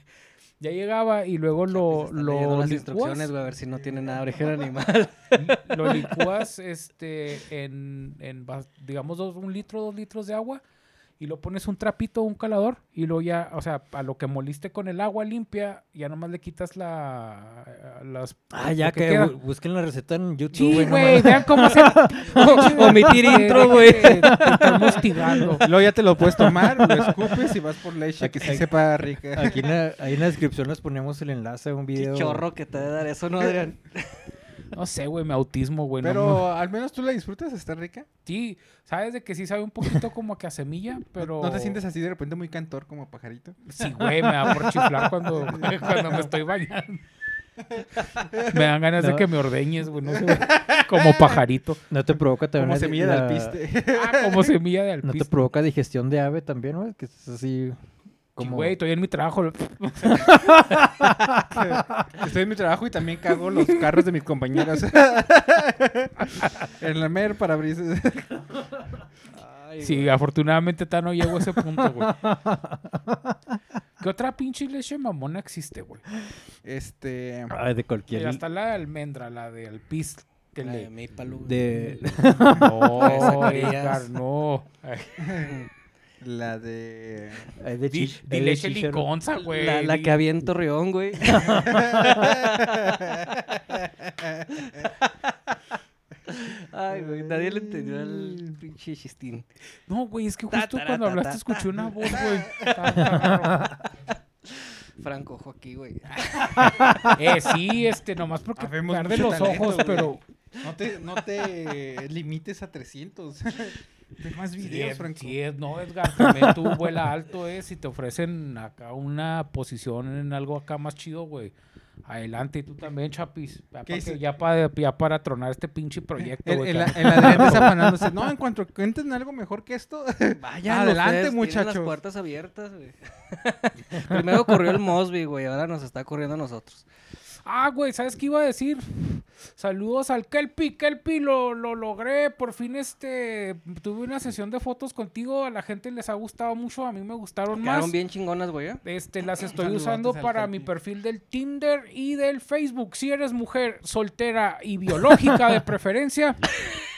A: ya llegaba y luego lo... lo
B: las
A: licuas
B: instrucciones, güey, a ver si no tiene nada de origen animal.
A: lo licúas este, en, en va- digamos, dos, un litro, dos litros de agua y lo pones un trapito, un calador y luego ya, o sea, a lo que moliste con el agua limpia, ya nomás le quitas la, las...
D: Ah, ya
A: lo
D: que
A: queda.
D: bu- busquen la receta en YouTube,
A: Sí,
D: güey. no
A: güey,
D: mames.
A: vean cómo hacer...
B: omitir intro, güey.
A: Te están hostigando.
C: Luego ya te lo puedes tomar, lo escupes y vas por leche que sí
D: Aquí-
C: sepa rica.
D: Aquí en la, ahí en la descripción les ponemos el enlace a un
B: Qué
D: video.
B: chorro que te debe dar eso, ¿no, Adrián?
A: No sé, güey, me autismo, güey. no mames.
C: Pero al menos tú la disfrutas, está rica.
A: sí, sabes de que sí sabe un poquito como que a semilla, pero...
C: ¿No te sientes así de repente muy cantor como pajarito?
A: Sí, güey, me da por chiflar cuando, cuando me estoy bañando. Me dan ganas de
D: No.
A: que me ordeñes, güey, no sé, güey. como pajarito.
D: No te provoca también.
C: Como
D: la-
C: semilla
D: la-
C: de alpiste.
A: Ah, como semilla de
D: No te
A: alpiste.
D: provoca digestión de ave también, güey. Que es
A: Sí,
D: así. Como...
A: Güey, estoy en mi trabajo.
C: Estoy en mi trabajo y también cago los carros de mis compañeros. en la mer parabrisas.
A: Sí, afortunadamente ta no llego a ese punto, güey. ¿Qué otra pinche leche mamona existe, güey?
C: Este.
D: Ay, de cualquier.
A: Mira, está la de almendra, la de alpiste.
B: La de Maple, güey.
D: De...
A: No,
B: Zacarías.
A: Edgar, no. Ay,
C: La de.
D: Ay, de
A: Di,
D: chich-
A: di
D: ay, de
A: leche
D: chicharo.
A: liconza, güey.
B: La, la
A: di-
B: que había en Torreón, güey. Ay, güey, nadie le entendió el pinche chistín.
A: No, güey, es que
B: Ta,
A: justo
B: tara,
A: cuando
B: ta,
A: hablaste
B: ta,
A: escuché
B: ta.
A: una voz, güey. Ta, ta, ta,
B: Franco Joaquín, güey.
C: Ah,
A: Eh, sí, este, nomás porque
C: Habemos
A: arde
C: Ah, mucho
A: los
C: talento,
A: ojos,
C: güey.
A: pero
C: No te, no te limites a 300. Ve más videos,
A: Sí,
C: Franco.
A: sí, es- no, Edgar, también tú vuela alto, eh. Si te ofrecen acá una posición en algo acá más chido, güey. Adelante, y tú también, Chapis. Ya,
C: ¿Qué
A: pa' que-
C: hice?
A: ya, pa- ya para tronar este pinche proyecto,
C: El,
A: güey.
C: el,
A: que-
C: el Adrián desafanándose. No, en cuanto cuenten algo mejor que esto.
B: Vaya,
C: Adelante,
B: Las
C: muchachos.
B: puertas abiertas, güey. Primero corrió el Mosby, güey. Ahora nos está corriendo a nosotros.
A: Ah, güey, ¿sabes qué iba a decir? Saludos al Kelpi. Kelpi, lo, lo logré. Por fin, este, tuve una sesión de fotos contigo. A la gente les ha gustado mucho. A mí me gustaron más.
B: Quedaron bien chingonas, güey. ¿eh?
A: Este, las estoy
C: Saludotes
A: usando
C: al
A: para
C: Kelpi.
A: mi perfil del Tinder y del Facebook. Si eres mujer soltera y biológica de preferencia,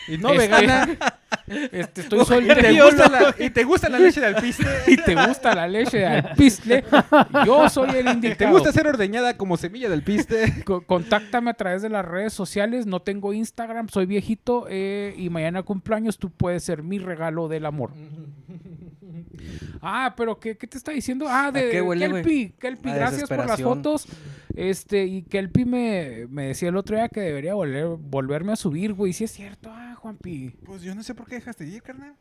C: Y no
A: Este,
C: vegana.
A: este, estoy
C: Y te,
A: soltero
C: gusta la, y te gusta la leche de alpiste.
A: y te gusta la leche de alpiste, yo soy el
C: Y te
A: indicado.
C: gusta ser ordeñada como semilla de alpiste.
A: Co- Contáctame a través de las redes sociales. No tengo Instagram, soy viejito eh, y mañana cumpleaños tú puedes ser mi regalo del amor. Ah, pero ¿qué, qué te está diciendo? Ah, de
B: qué huele, güey?
A: Kelpi. Kelpi,
B: A
A: gracias por las
B: desesperación.
A: fotos. Este, y Kelpi me, me decía el otro día que debería volver, volverme a subir, güey. Sí es cierto. Ah, Juanpi.
C: Pues yo no sé por qué dejaste de ir, carnal.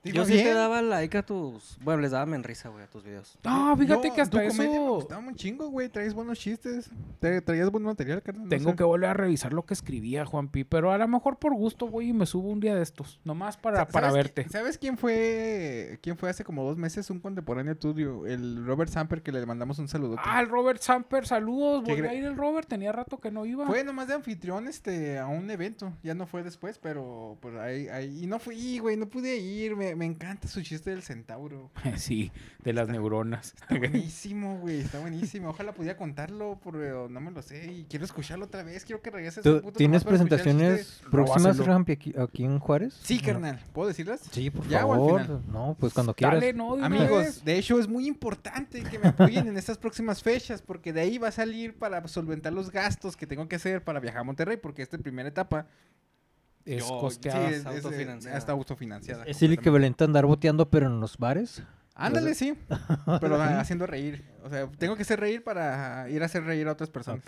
C: ¿Te
B: Yo
C: iba
B: sí
C: bien?
B: te daba like a tus. Bueno, les daba menrisa, güey, a tus videos.
A: No, fíjate
C: No,
A: que hasta
C: tu comedia me
A: eso
C: gustaba un chingo, güey. Traes buenos chistes. Tra- Traías buen material, carnal. no
A: tengo
C: sé.
A: que volver a revisar lo que escribía, Juanpi. Pero a lo mejor por gusto, güey, y me subo un día de estos. Nomás para,
C: Sa-
A: para
C: ¿sabes
A: verte.
C: qui- ¿Sabes quién fue quién fue hace como dos meses un contemporáneo tuyo? El Robert Samper, que le mandamos un saludo.
A: Ah, el Robert Samper, saludos.
C: Qué
A: Volvió
C: gra-
A: a ir el Robert, tenía rato que no iba.
C: Fue nomás de anfitrión este, a un evento. Ya no fue después, pero por ahí, ahí. Y no fui, güey, no pude ir. Me, me encanta su chiste del centauro.
A: Sí, de las neuronas.
C: Está buenísimo, güey. Está buenísimo. Ojalá pudiera contarlo, pero no me lo sé. Y quiero escucharlo otra vez. Quiero que regrese
D: ¿Tú ¿Tienes presentaciones próximas,
A: Robáselo.
D: Rampi, aquí, aquí en Juárez?
C: este, Sí, carnal. ¿Puedo decirlas?
D: Sí, por
C: Ya, o al
D: favor.
C: final.
D: No, pues cuando quieras.
A: Dale, no, de una
C: Amigos,
A: vez.
C: de hecho es muy importante que me apoyen en estas próximas fechas porque de ahí va a salir para solventar los gastos que tengo que hacer para viajar a Monterrey porque esta primera etapa
A: Es
C: yo-
A: costeada.
C: sí,
B: está autofinanciada.
C: está autofinanciada.
D: Es el
C: completamente.
D: equivalente a andar boteando, pero en los bares.
C: Ándale, sí, pero ah, haciendo reír. O sea, tengo que hacer reír para ir a hacer reír a otras personas.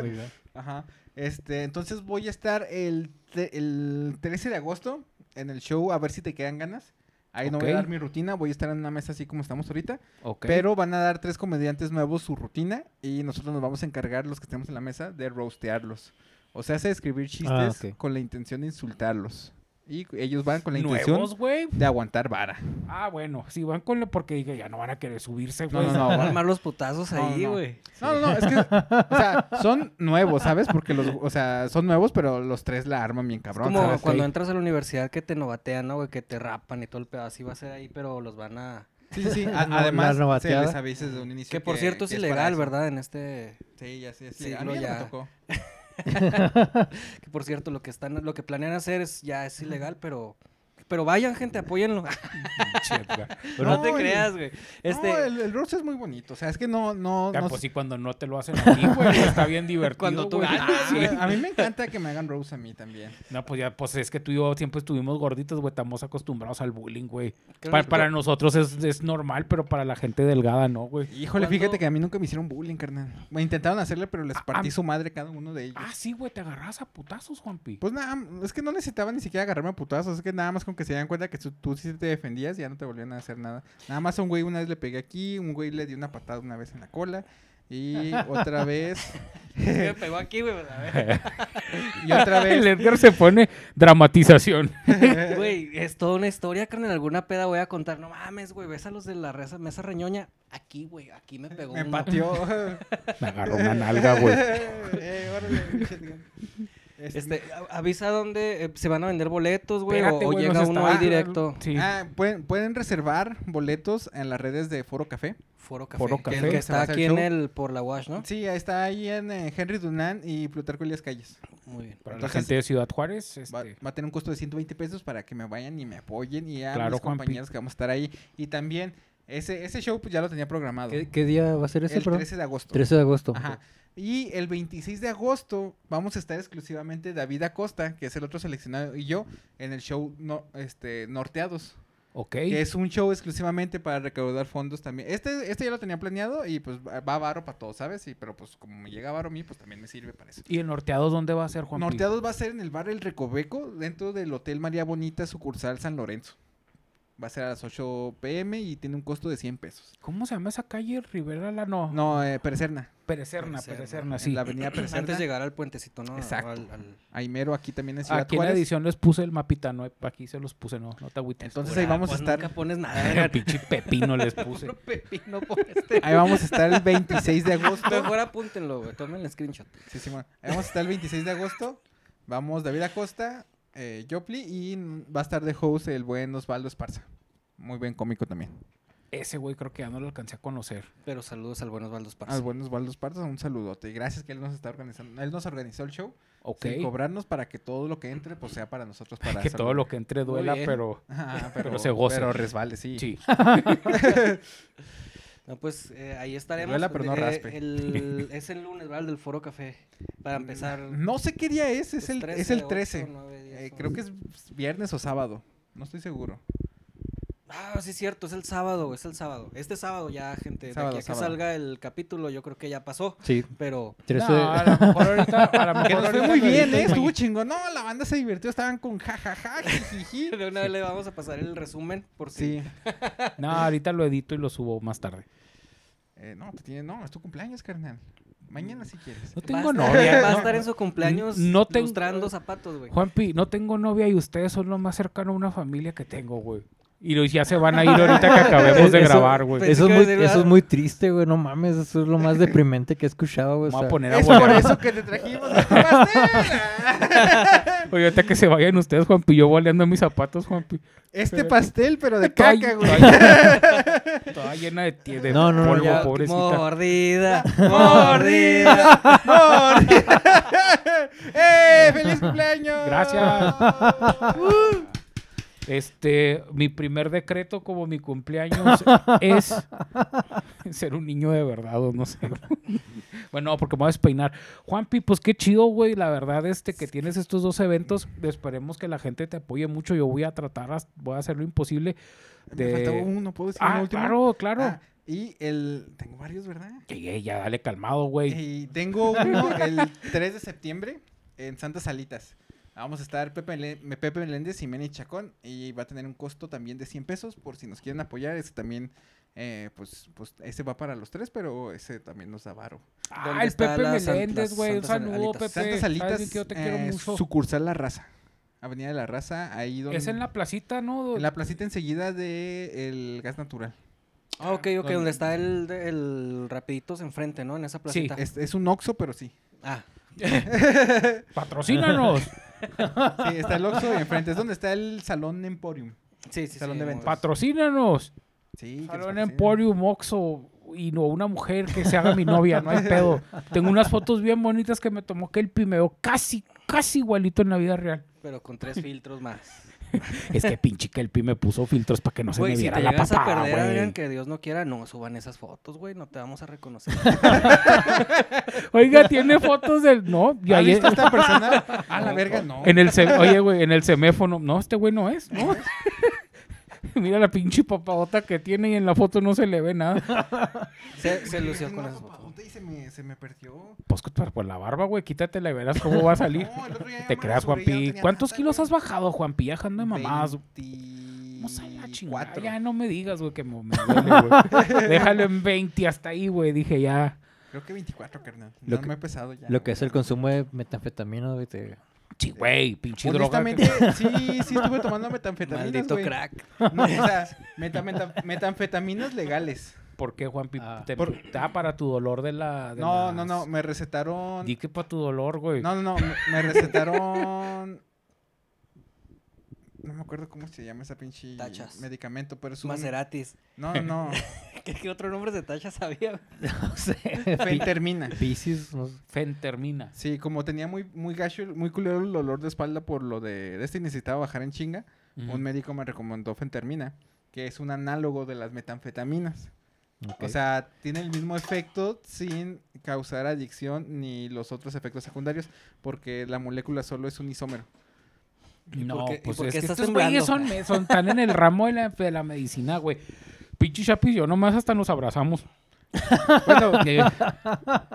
D: Muy bien.
C: Ajá. Este, entonces voy a estar el, te- el 13 de agosto en el show a ver si te quedan ganas. Ahí no voy
A: Ok.
C: a dar mi rutina, voy a estar en una mesa así como estamos ahorita.
A: Ok.
C: Pero van a dar tres comediantes nuevos su rutina y nosotros nos vamos a encargar, los que estemos en la mesa, de roastearlos. O sea, hace escribir chistes
D: Ah, ok.
C: con la intención de insultarlos. Y ellos van con la intención
A: Nuevos, güey.
C: de aguantar vara.
A: Ah, bueno, si van con. la- Porque dije, ya no van a querer subirse,
C: No,
A: güey.
C: no, no.
B: Van a
C: va-
B: armar los putazos
C: No,
B: ahí,
C: no.
B: güey.
C: No, no, no, es que, o sea, son nuevos, ¿sabes? Porque los, o sea, son nuevos, pero los tres la arman bien
B: Es
C: cabrón,
B: como
C: ¿sabes?
B: cuando
A: Ok.
B: entras a la universidad que te novatean, ¿no, güey? Que te rapan y todo el pedo. Así va a ser ahí, pero los van a.
C: Sí, sí, sí. A-
D: La
C: además, se
D: novateada.
C: les avisa desde un inicio
B: Que por cierto es
C: que para
B: ilegal,
C: eso.
B: ¿verdad? En este.
C: Sí, ya sí,
B: Sí,
C: sí. A
B: no,
C: mí ya no
B: ya.
C: me tocó.
B: Que por cierto, lo que están, lo que planean hacer es ya es ilegal, pero. Pero vayan, gente, apóyenlo.
A: Pinche Edgar.
B: No,
C: Pues No,
B: te
C: el-
B: creas, güey. Este,
C: No, el, el roast es muy bonito, o sea, es que no, no,
A: Ya,
C: no
A: pues sí, cuando no te lo hacen a ti, güey. Está bien divertido.
B: Cuando tú
A: güey.
D: Ah,
A: Ah,
B: ganas,
A: Sí.
C: Sí, A mí Ah, me encanta que me hagan rose a mí también.
A: No, pues ya, pues es que tú y yo siempre estuvimos gorditos, güey. Estamos acostumbrados al bullying, güey.
B: creo
A: Para,
B: que-
A: para nosotros es, es normal, pero para la gente delgada no, güey.
C: Híjole,
B: ¿Cuándo?
C: fíjate que a mí nunca me hicieron bullying, carnal. Me intentaron hacerle, pero les
A: Ah,
C: partí
A: ah,
C: su madre cada uno de ellos.
A: Ah, sí, güey, te agarras a putazos, Juanpi.
C: Pues nada, es que no necesitaba ni siquiera agarrarme a putazos. Es que nada más con que se dieran cuenta que tú, tú sí te defendías, ya no te volvían a hacer nada. Nada más a un güey una vez le pegué aquí, un güey le di una patada una vez en la cola. Y otra vez.
B: Me pegó aquí, güey. pues, a ver.
C: y otra
A: El
C: vez.
A: Edgar se pone dramatización.
B: Güey, es toda una historia, carnal. Alguna peda voy a contar. No mames, güey. Ves a los de la reza- mesa reñoña. Aquí, güey. Aquí me pegó.
C: Me
B: uno.
C: pateó.
A: Me agarró una nalga, güey.
C: Eh, órale, pinche tío. Este,
B: Este, a- avisa dónde eh, se van a vender boletos, güey. O,
A: Espérate,
B: o
A: güey,
B: llega
A: nos
B: uno
A: está-
B: ahí directo.
A: Sí.
C: ah, pueden, pueden reservar boletos en las redes de Foro Café.
B: Foro Café.
A: Foro
B: que
A: Café.
B: el que
C: Se va a
B: está
C: hacer
B: aquí
C: show.
B: en el por la Wash, ¿no?
C: Sí, ahí está ahí en eh, Henry Dunant y Plutarco Elías Calles.
B: Muy bien.
A: Para la
C: Entonces,
A: gente de Ciudad Juárez, este,
C: Va, va a tener un costo de 120 pesos para que me vayan y me apoyen y a
A: Claro,
C: mis
A: Juanpi.
C: compañeros que vamos a estar ahí. Y también, ese, ese show pues, ya lo tenía programado.
D: ¿Qué, qué día va a ser ese,
C: el
D: perdón?
C: 13 de agosto.
D: 13 de agosto.
C: Ajá. Y el 26 de agosto vamos a estar exclusivamente David Acosta, que es el otro seleccionado, y yo en el show no, este, Norteados.
A: Ok.
C: que es un show exclusivamente para recaudar fondos también. Este, este ya lo tenía planeado y pues va va varo para todos, ¿sabes? Y, pero pues como me llega varo a mí, pues también me sirve para eso.
A: ¿Y el norteado dónde va a ser, Juan? Pi?
C: Norteados va a ser en el bar El Recoveco, dentro del Hotel María Bonita, sucursal San Lorenzo. Va a ser a las 8 pm y tiene un costo de 100 pesos.
A: ¿Cómo se llama esa calle? Rivera la no.
C: No, eh, Perecerna.
A: Perecerna,
B: Perecerna,
A: Perecerna,
C: en
A: Oh. sí.
C: la avenida
B: Antes
C: Perecerna.
B: de llegar al puentecito, ¿no?
C: Exacto.
B: Al- al-
C: Ahí mero, aquí también en Ciudad
A: Aquí en la
C: Juárez.
A: edición les puse el mapita, no aquí se los puse, no, no te agüites.
C: Entonces ahí vamos a
B: Pues
C: estar.
B: Nunca pones
A: Ay,
B: nada.
A: pinche pepino les puse.
B: Puro pepino por este.
C: Ahí vamos a estar el 26 de agosto.
B: Pues Mejor apúntenlo, güey. Tomen el screenshot.
C: Sí, Simón. Ahí vamos a estar el 26 de agosto. Vamos David Acosta, eh, Jopli y va a estar de host el buen Osvaldo Esparza. Muy buen cómico también.
A: Ese güey creo que ya no lo alcancé a conocer.
B: Pero saludos al Buenos Baldos Parza.
C: Al buen Osvaldo Esparza, un saludote. Y gracias que él nos está organizando. Él nos organizó el show
A: Ok.
C: sin cobrarnos para que todo lo que entre pues sea para nosotros. Para
A: que todo lo que entre
B: Muy
A: duela,
B: bien.
A: pero
C: Ajá,
A: pero se goce.
C: Pero resbale, sí.
A: sí.
B: No, pues eh, ahí estaremos.
C: Duela, pero no
B: Eh,
C: raspe. Mm,
B: el- es el lunes, ¿verdad? El del Foro Café. Para empezar.
C: No sé qué día es, es
B: pues,
C: el, es
B: 13,
C: el 13.
B: ocho, nueve, diez,
C: Eh,
B: once.
C: creo que es viernes o sábado. No estoy seguro.
B: Ah, sí, es cierto, es el sábado, es el sábado. Este sábado ya, gente.
C: Sábado,
B: de aquí a que
C: sábado.
B: salga el capítulo, yo creo que ya pasó.
D: Sí,
B: Pero.
D: 13
A: No, a lo mejor ahorita, a lo mejor
C: Que nos fue
A: ahorita
C: muy
A: lo
C: bien,
A: edito
C: ¿eh?
A: y
C: Estuvo
A: mañana-
C: chingón. No, la banda se divirtió. Estaban con jajaja, jijiji.
B: De una vez le vamos a pasar el resumen, por si.
C: Sí.
A: No, ahorita lo edito y lo subo más tarde.
C: Eh, no, te tiene, no, es tu cumpleaños, carnal. Mañana si quieres.
A: No
B: Va a
A: tengo
B: estar-
A: novia.
B: Va a
A: no.
B: estar en su cumpleaños
A: No tengo-
B: lustrando zapatos, güey.
A: Juanpi, no tengo novia y ustedes son lo más cercano a una familia que tengo, güey. Y los- ya se van a ir ahorita que acabemos de
D: Eso- pues,
A: grabar, güey.
B: Pensé
D: Eso
B: que
D: es,
B: iba a
D: muy,
B: decir,
D: eso es
B: ah.
D: muy triste, güey. No mames, eso es lo más deprimente que he escuchado, güey.
A: Me
D: o
A: voy a
D: sea,
A: poner a
C: Es por
A: bolear.
C: eso que te trajimos la pastel.
A: Oye, ahorita que se vayan ustedes, Juanpi, yo boleando mis zapatos, Juanpi.
C: Este
A: Pero-
C: pastel, pero de
A: Toda-
C: caca, güey.
A: toda- Toda llena de, tie- de
D: No, no, no,
A: polvo,
D: ya,
A: pobrecita.
B: Mordida, mordida.
C: ¡Eh! ¡Feliz cumpleaños! Uh,
A: Gracias. Este, mi primer decreto como mi cumpleaños es ser un niño de verdad, o no sé. Bueno, no, porque me voy a despeinar. Juanpi, pues qué chido, güey. La verdad, este, que tienes estos dos eventos. Esperemos que la gente te apoye mucho. Yo voy a tratar, hasta- voy a hacer lo imposible.
C: Me faltó
A: De...
C: uno, ¿puedo decir
A: Ah,
C: uno último?
A: claro, claro.
C: Ah, y el... Tengo varios, ¿verdad?
A: Llegué, ya dale calmado, güey.
C: Y tengo uno el 3 de septiembre en Santa Salitas. Vamos a estar Pepe, Mele- Pepe Meléndez y Meni Chacón. Y va a tener un costo también de 100 pesos por si nos quieren apoyar. Ese también, eh, pues, pues, ese va para los tres, pero ese también nos da varo.
A: Ah,
B: ¿dónde
A: el
B: está
A: Pepe
B: la San-
A: Meléndez,
B: las
A: güey. Un
B: Santas
A: saludo,
B: Alitas?
A: Pepe.
C: Santa
A: Sabes
C: Salitas,
A: bien que yo te quiero
C: eh,
A: mucho.
C: sucursal La Raza. Avenida de La Raza, ahí donde...
A: Es en la placita, ¿no?
C: en la placita enseguida de el gas natural.
B: Ah, ok, ok,
C: Donde-
B: donde está el, el rapiditos enfrente, ¿no? En esa placita.
C: Es, es un Oxxo, pero sí.
B: Ah,
A: Patrocínanos.
C: Sí, está el Oxxo y enfrente. Es donde está el Salón Emporium.
B: sí, sí,
C: Salón
B: sí,
C: de
B: muy-
C: eventos.
A: Patrocínanos.
C: Sí. que
A: Salón
C: nos patrocinen.
A: Emporium, Oxxo y no una mujer que se haga mi novia, no hay pedo. Tengo unas fotos bien bonitas que me tomó que el pimeo casi, casi igualito en la vida real.
B: Pero con tres filtros más.
A: Es que pinche que el pi me puso filtros para que no se
B: Güey,
A: me
B: si
A: viera
B: te
A: la
B: llegas a
A: papada,
B: perder,
A: güey.
B: Adrián, que Dios no quiera, no suban esas fotos, güey. No te vamos a reconocer.
A: Oiga, tiene fotos del no, y
C: ¿Ha
A: ahí
C: visto esta persona? A la verga, no.
A: Ah, en el ce- oye, güey, en el seméfono, no, este güey no es, ¿no? Mira la pinche papadota que tiene y en la foto no se le ve nada.
B: Se, se lució
C: Tengo
B: con
C: una
B: esas fotos.
C: papadota Y se me, se me perdió.
A: Pues por por la barba, güey, quítatela y verás cómo va a salir.
C: No, el otro día
A: Te
C: me
A: creas,
C: rasuré y ya no
A: Juanpi.
C: tenía
A: ¿Cuántos
C: nada,
A: kilos
C: güey.
A: has bajado, Juanpi? Ya ando de mamadas. Vamos a la chingada.
C: 24.
A: Ya no me digas, güey, que me, me duele, güey. Déjalo en 20 hasta ahí, güey. Dije ya.
C: Creo que 24, carnal.
D: Lo
C: no
D: que-
C: me he pesado ya.
D: Lo que es el consumo de metanfetamina, güey. te-
A: Sí, güey, pinche droga. que-
C: Pues, Honestamente, sí, sí estuve tomando metanfetaminas,
B: Maldito
C: güey.
B: crack.
C: No, o sea, meta- meta- metanfetaminas legales.
A: ¿Por qué, Juanpi?
D: Ah.
A: Te
C: Por-
A: da para tu dolor de la. de
C: No,
A: las-
C: no, no, me recetaron...
A: Di que para tu dolor, güey.
C: No, no, no, me- me recetaron... No me acuerdo cómo se llama esa pinche
B: Tachas.
C: medicamento, pero es un...
B: Maseratis.
C: No, no, no,
B: ¿Qué, qué otro nombre de tachas había?
D: No sé.
C: fentermina.
D: Pisces, no sé.
A: Fentermina.
C: Sí, como tenía muy, muy gacho, muy culero el dolor de espalda por lo de este y necesitaba bajar en chinga,
A: Ujú.
C: un médico me recomendó fentermina, que es un análogo de las metanfetaminas.
D: Ok.
C: O sea, tiene el mismo efecto sin causar adicción ni los otros efectos secundarios, porque la molécula solo es un isómero.
A: No,
B: por qué- y
A: pues
B: por
A: es
B: qué
A: que
B: estás
A: estos güeyes son,
B: temblando?
A: me- son tan en el ramo de la, de la medicina, güey. Pinche Chapis, yo nomás hasta nos abrazamos.
C: Bueno,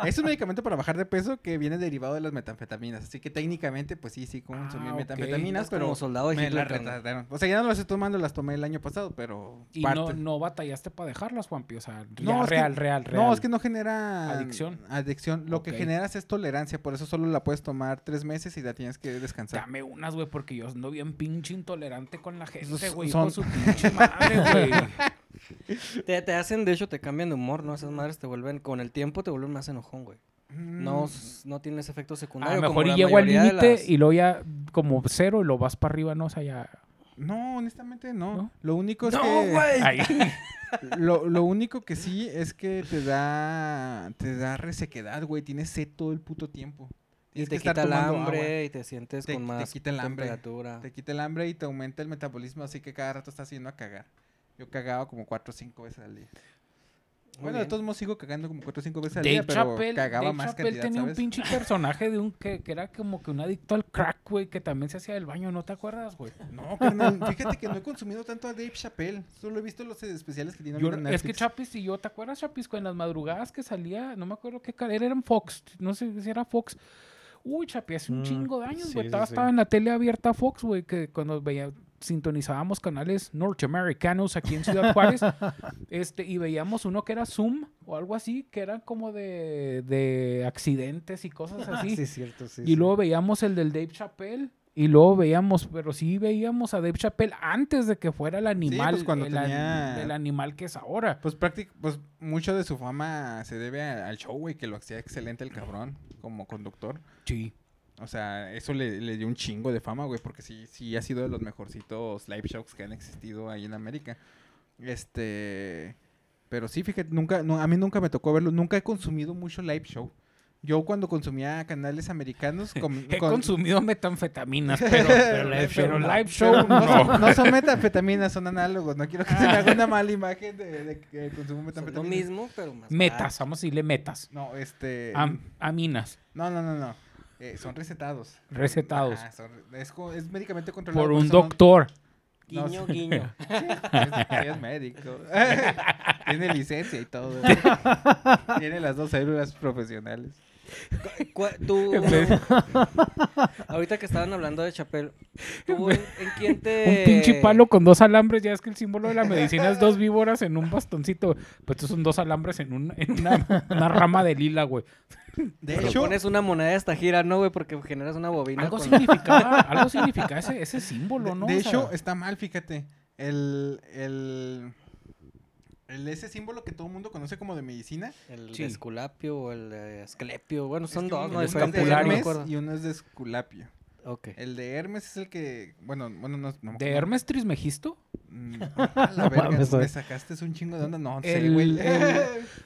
C: es un medicamento para bajar de peso que viene derivado de las metanfetaminas. Así que técnicamente, pues sí, sí consumí
A: Ah, ok.
C: metanfetaminas,
B: Estás
C: pero
B: como soldado de
C: me
B: Hitler,
C: las
B: carnal.
C: retardaron. O sea, ya no las estoy tomando, las tomé el año pasado, pero
A: Y no,
C: parte.
A: no batallaste para dejarlas, Juanpi. O sea,
C: No,
A: ya,
C: es que-
A: real, real, real.
C: No, es que no genera
A: Adicción.
C: Adicción. Lo
A: Ok.
C: que generas es tolerancia, por eso solo la puedes tomar tres meses y la tienes que descansar.
A: Dame unas, güey, porque yo ando bien pinche intolerante con la gente,
C: Esos
A: güey.
C: Pues, son-
A: Con su pinche madre, güey.
B: Te, te hacen, de hecho, te cambian de humor, ¿no? Esas madres te vuelven, con el tiempo te vuelven más enojón, güey.
C: Mm,
B: No, s- no tienes efecto
A: A
B: secundario.
A: lo
B: como
A: Mm. Ah, mejor y
B: la
A: llego al
B: mayoría de
A: límite
B: las-
A: y luego ya como cero y lo vas para arriba, ¿no? O sea, ya...
C: No, honestamente no.
A: ¿No?
C: Lo único es
B: ¡No,
C: que
B: güey!
A: Ahí.
C: lo, lo único que sí es que te da te da resequedad, güey, tienes sed todo el puto tiempo.
B: Y
C: Tienes que
B: te
C: estar
B: quita el
C: tomando
B: hambre
C: agua.
B: y te sientes
C: Te-
B: con
C: te
B: más
C: quita el hambre,
B: temperatura.
C: Te quita el hambre y te aumenta el metabolismo, así que cada rato estás yendo a cagar. Yo cagaba como cuatro o cinco veces al día.
B: Muy
C: bueno, de
B: bien.
C: todos modos sigo cagando como cuatro o cinco veces al
A: Dave
C: día, pero
A: Chappelle,
C: cagaba
A: Dave
C: más
A: Chappelle
C: cantidad,
A: tenía
C: ¿sabes?
A: un pinche personaje de un que, que era como que un adicto al crack, güey, que también se hacía del baño, ¿no te acuerdas, güey?
C: No, carnal, fíjate que no he consumido tanto a Dave Chappelle. Solo he visto los especiales que tiene
A: Yo-
C: ahorita en
A: es que
C: Netflix.
A: Chapis y yo, ¿te acuerdas, Chapis? En las madrugadas que salía, no me acuerdo qué canal, era en Fox, no sé si era Fox. Uy, Chapis, hace un
D: Mm,
A: chingo de años,
D: sí,
A: güey.
D: sí,
A: estaba,
D: sí.
A: estaba en la tele abierta Fox, güey, que cuando veía, sintonizábamos canales norteamericanos aquí en Ciudad Juárez, este, y veíamos uno que era Zoom o algo así, que era como de, de accidentes y cosas así.
D: Ah, Sí, es cierto, sí.
A: y
D: sí.
A: luego veíamos el del Dave Chappelle. Y luego veíamos, pero sí veíamos a Dave Chappelle antes de que fuera el animal,
C: pues, cuando
A: el, an-
C: tenía-
A: el animal que es ahora.
C: Pues práctica, pues mucho de su fama se debe a- al show, güey, que lo hacía excelente el cabrón como conductor.
A: Sí.
C: O sea, eso le, le dio un chingo de fama, güey, porque sí, sí ha sido de los mejorcitos live shows que han existido ahí en América. Este, pero sí, fíjate, nunca, no, a mí nunca me tocó verlo, nunca he consumido mucho live show. Yo cuando consumía canales americanos, com-
A: He
C: con-
A: consumido metanfetaminas, pero, pero, live, pero live show
C: Pero no,
A: no.
C: son, no son metanfetaminas, son análogos. No quiero que se me haga una mala imagen de, de que consumo
B: O sea, lo
C: metanfetaminas.
B: mismo, pero más
A: Metas, vamos a decirle metas.
C: No, este.
A: Am- aminas,
C: No, no, no, no. Eh, son recetados.
A: recetados
C: Ajá, son- es, co- es medicamente controlado.
A: por un
C: eso no-
A: doctor.
B: Guiño,
C: No, sí.
B: guiño.
C: Es, es médico. Tiene licencia y todo. Tiene las dos células profesionales.
B: Cu- Tú,
A: En vez-
B: ahorita que estaban hablando de Chapel, ¿tú en, en quién te...?
C: Eh.
A: Un pinche palo con dos alambres. Ya es que el símbolo de la medicina es dos víboras en un bastoncito. Pues estos son dos alambres en, un- en una, una rama de lila, güey.
C: De
B: Pero
C: hecho,
B: pones una moneda de esta gira, ¿no, güey? Porque generas una bobina
A: Algo
B: con-
A: significaba, algo significaba ese, ese símbolo, ¿no?
C: de
A: O sea,
C: hecho está mal, fíjate. El, el, el- ese símbolo que todo el mundo conoce como de medicina.
B: El
A: Sí.
B: de Esculapio o el de Esclepio. Bueno, son
C: es que
B: dos,
C: uno
B: ¿no?
C: es de
B: Diferentes, no me
A: escapulario.
C: Hermes
B: acuerdo.
C: y uno es de Esculapio.
B: Ok.
A: eh,
C: El de Hermes es el que. Bueno, bueno, no. no
A: ¿De Hermes Trismegisto?
C: Mm, a la verga,
D: mames,
C: me
D: güey.
C: sacaste un chingo de onda. No, sé,
A: El-
C: güey.
A: el-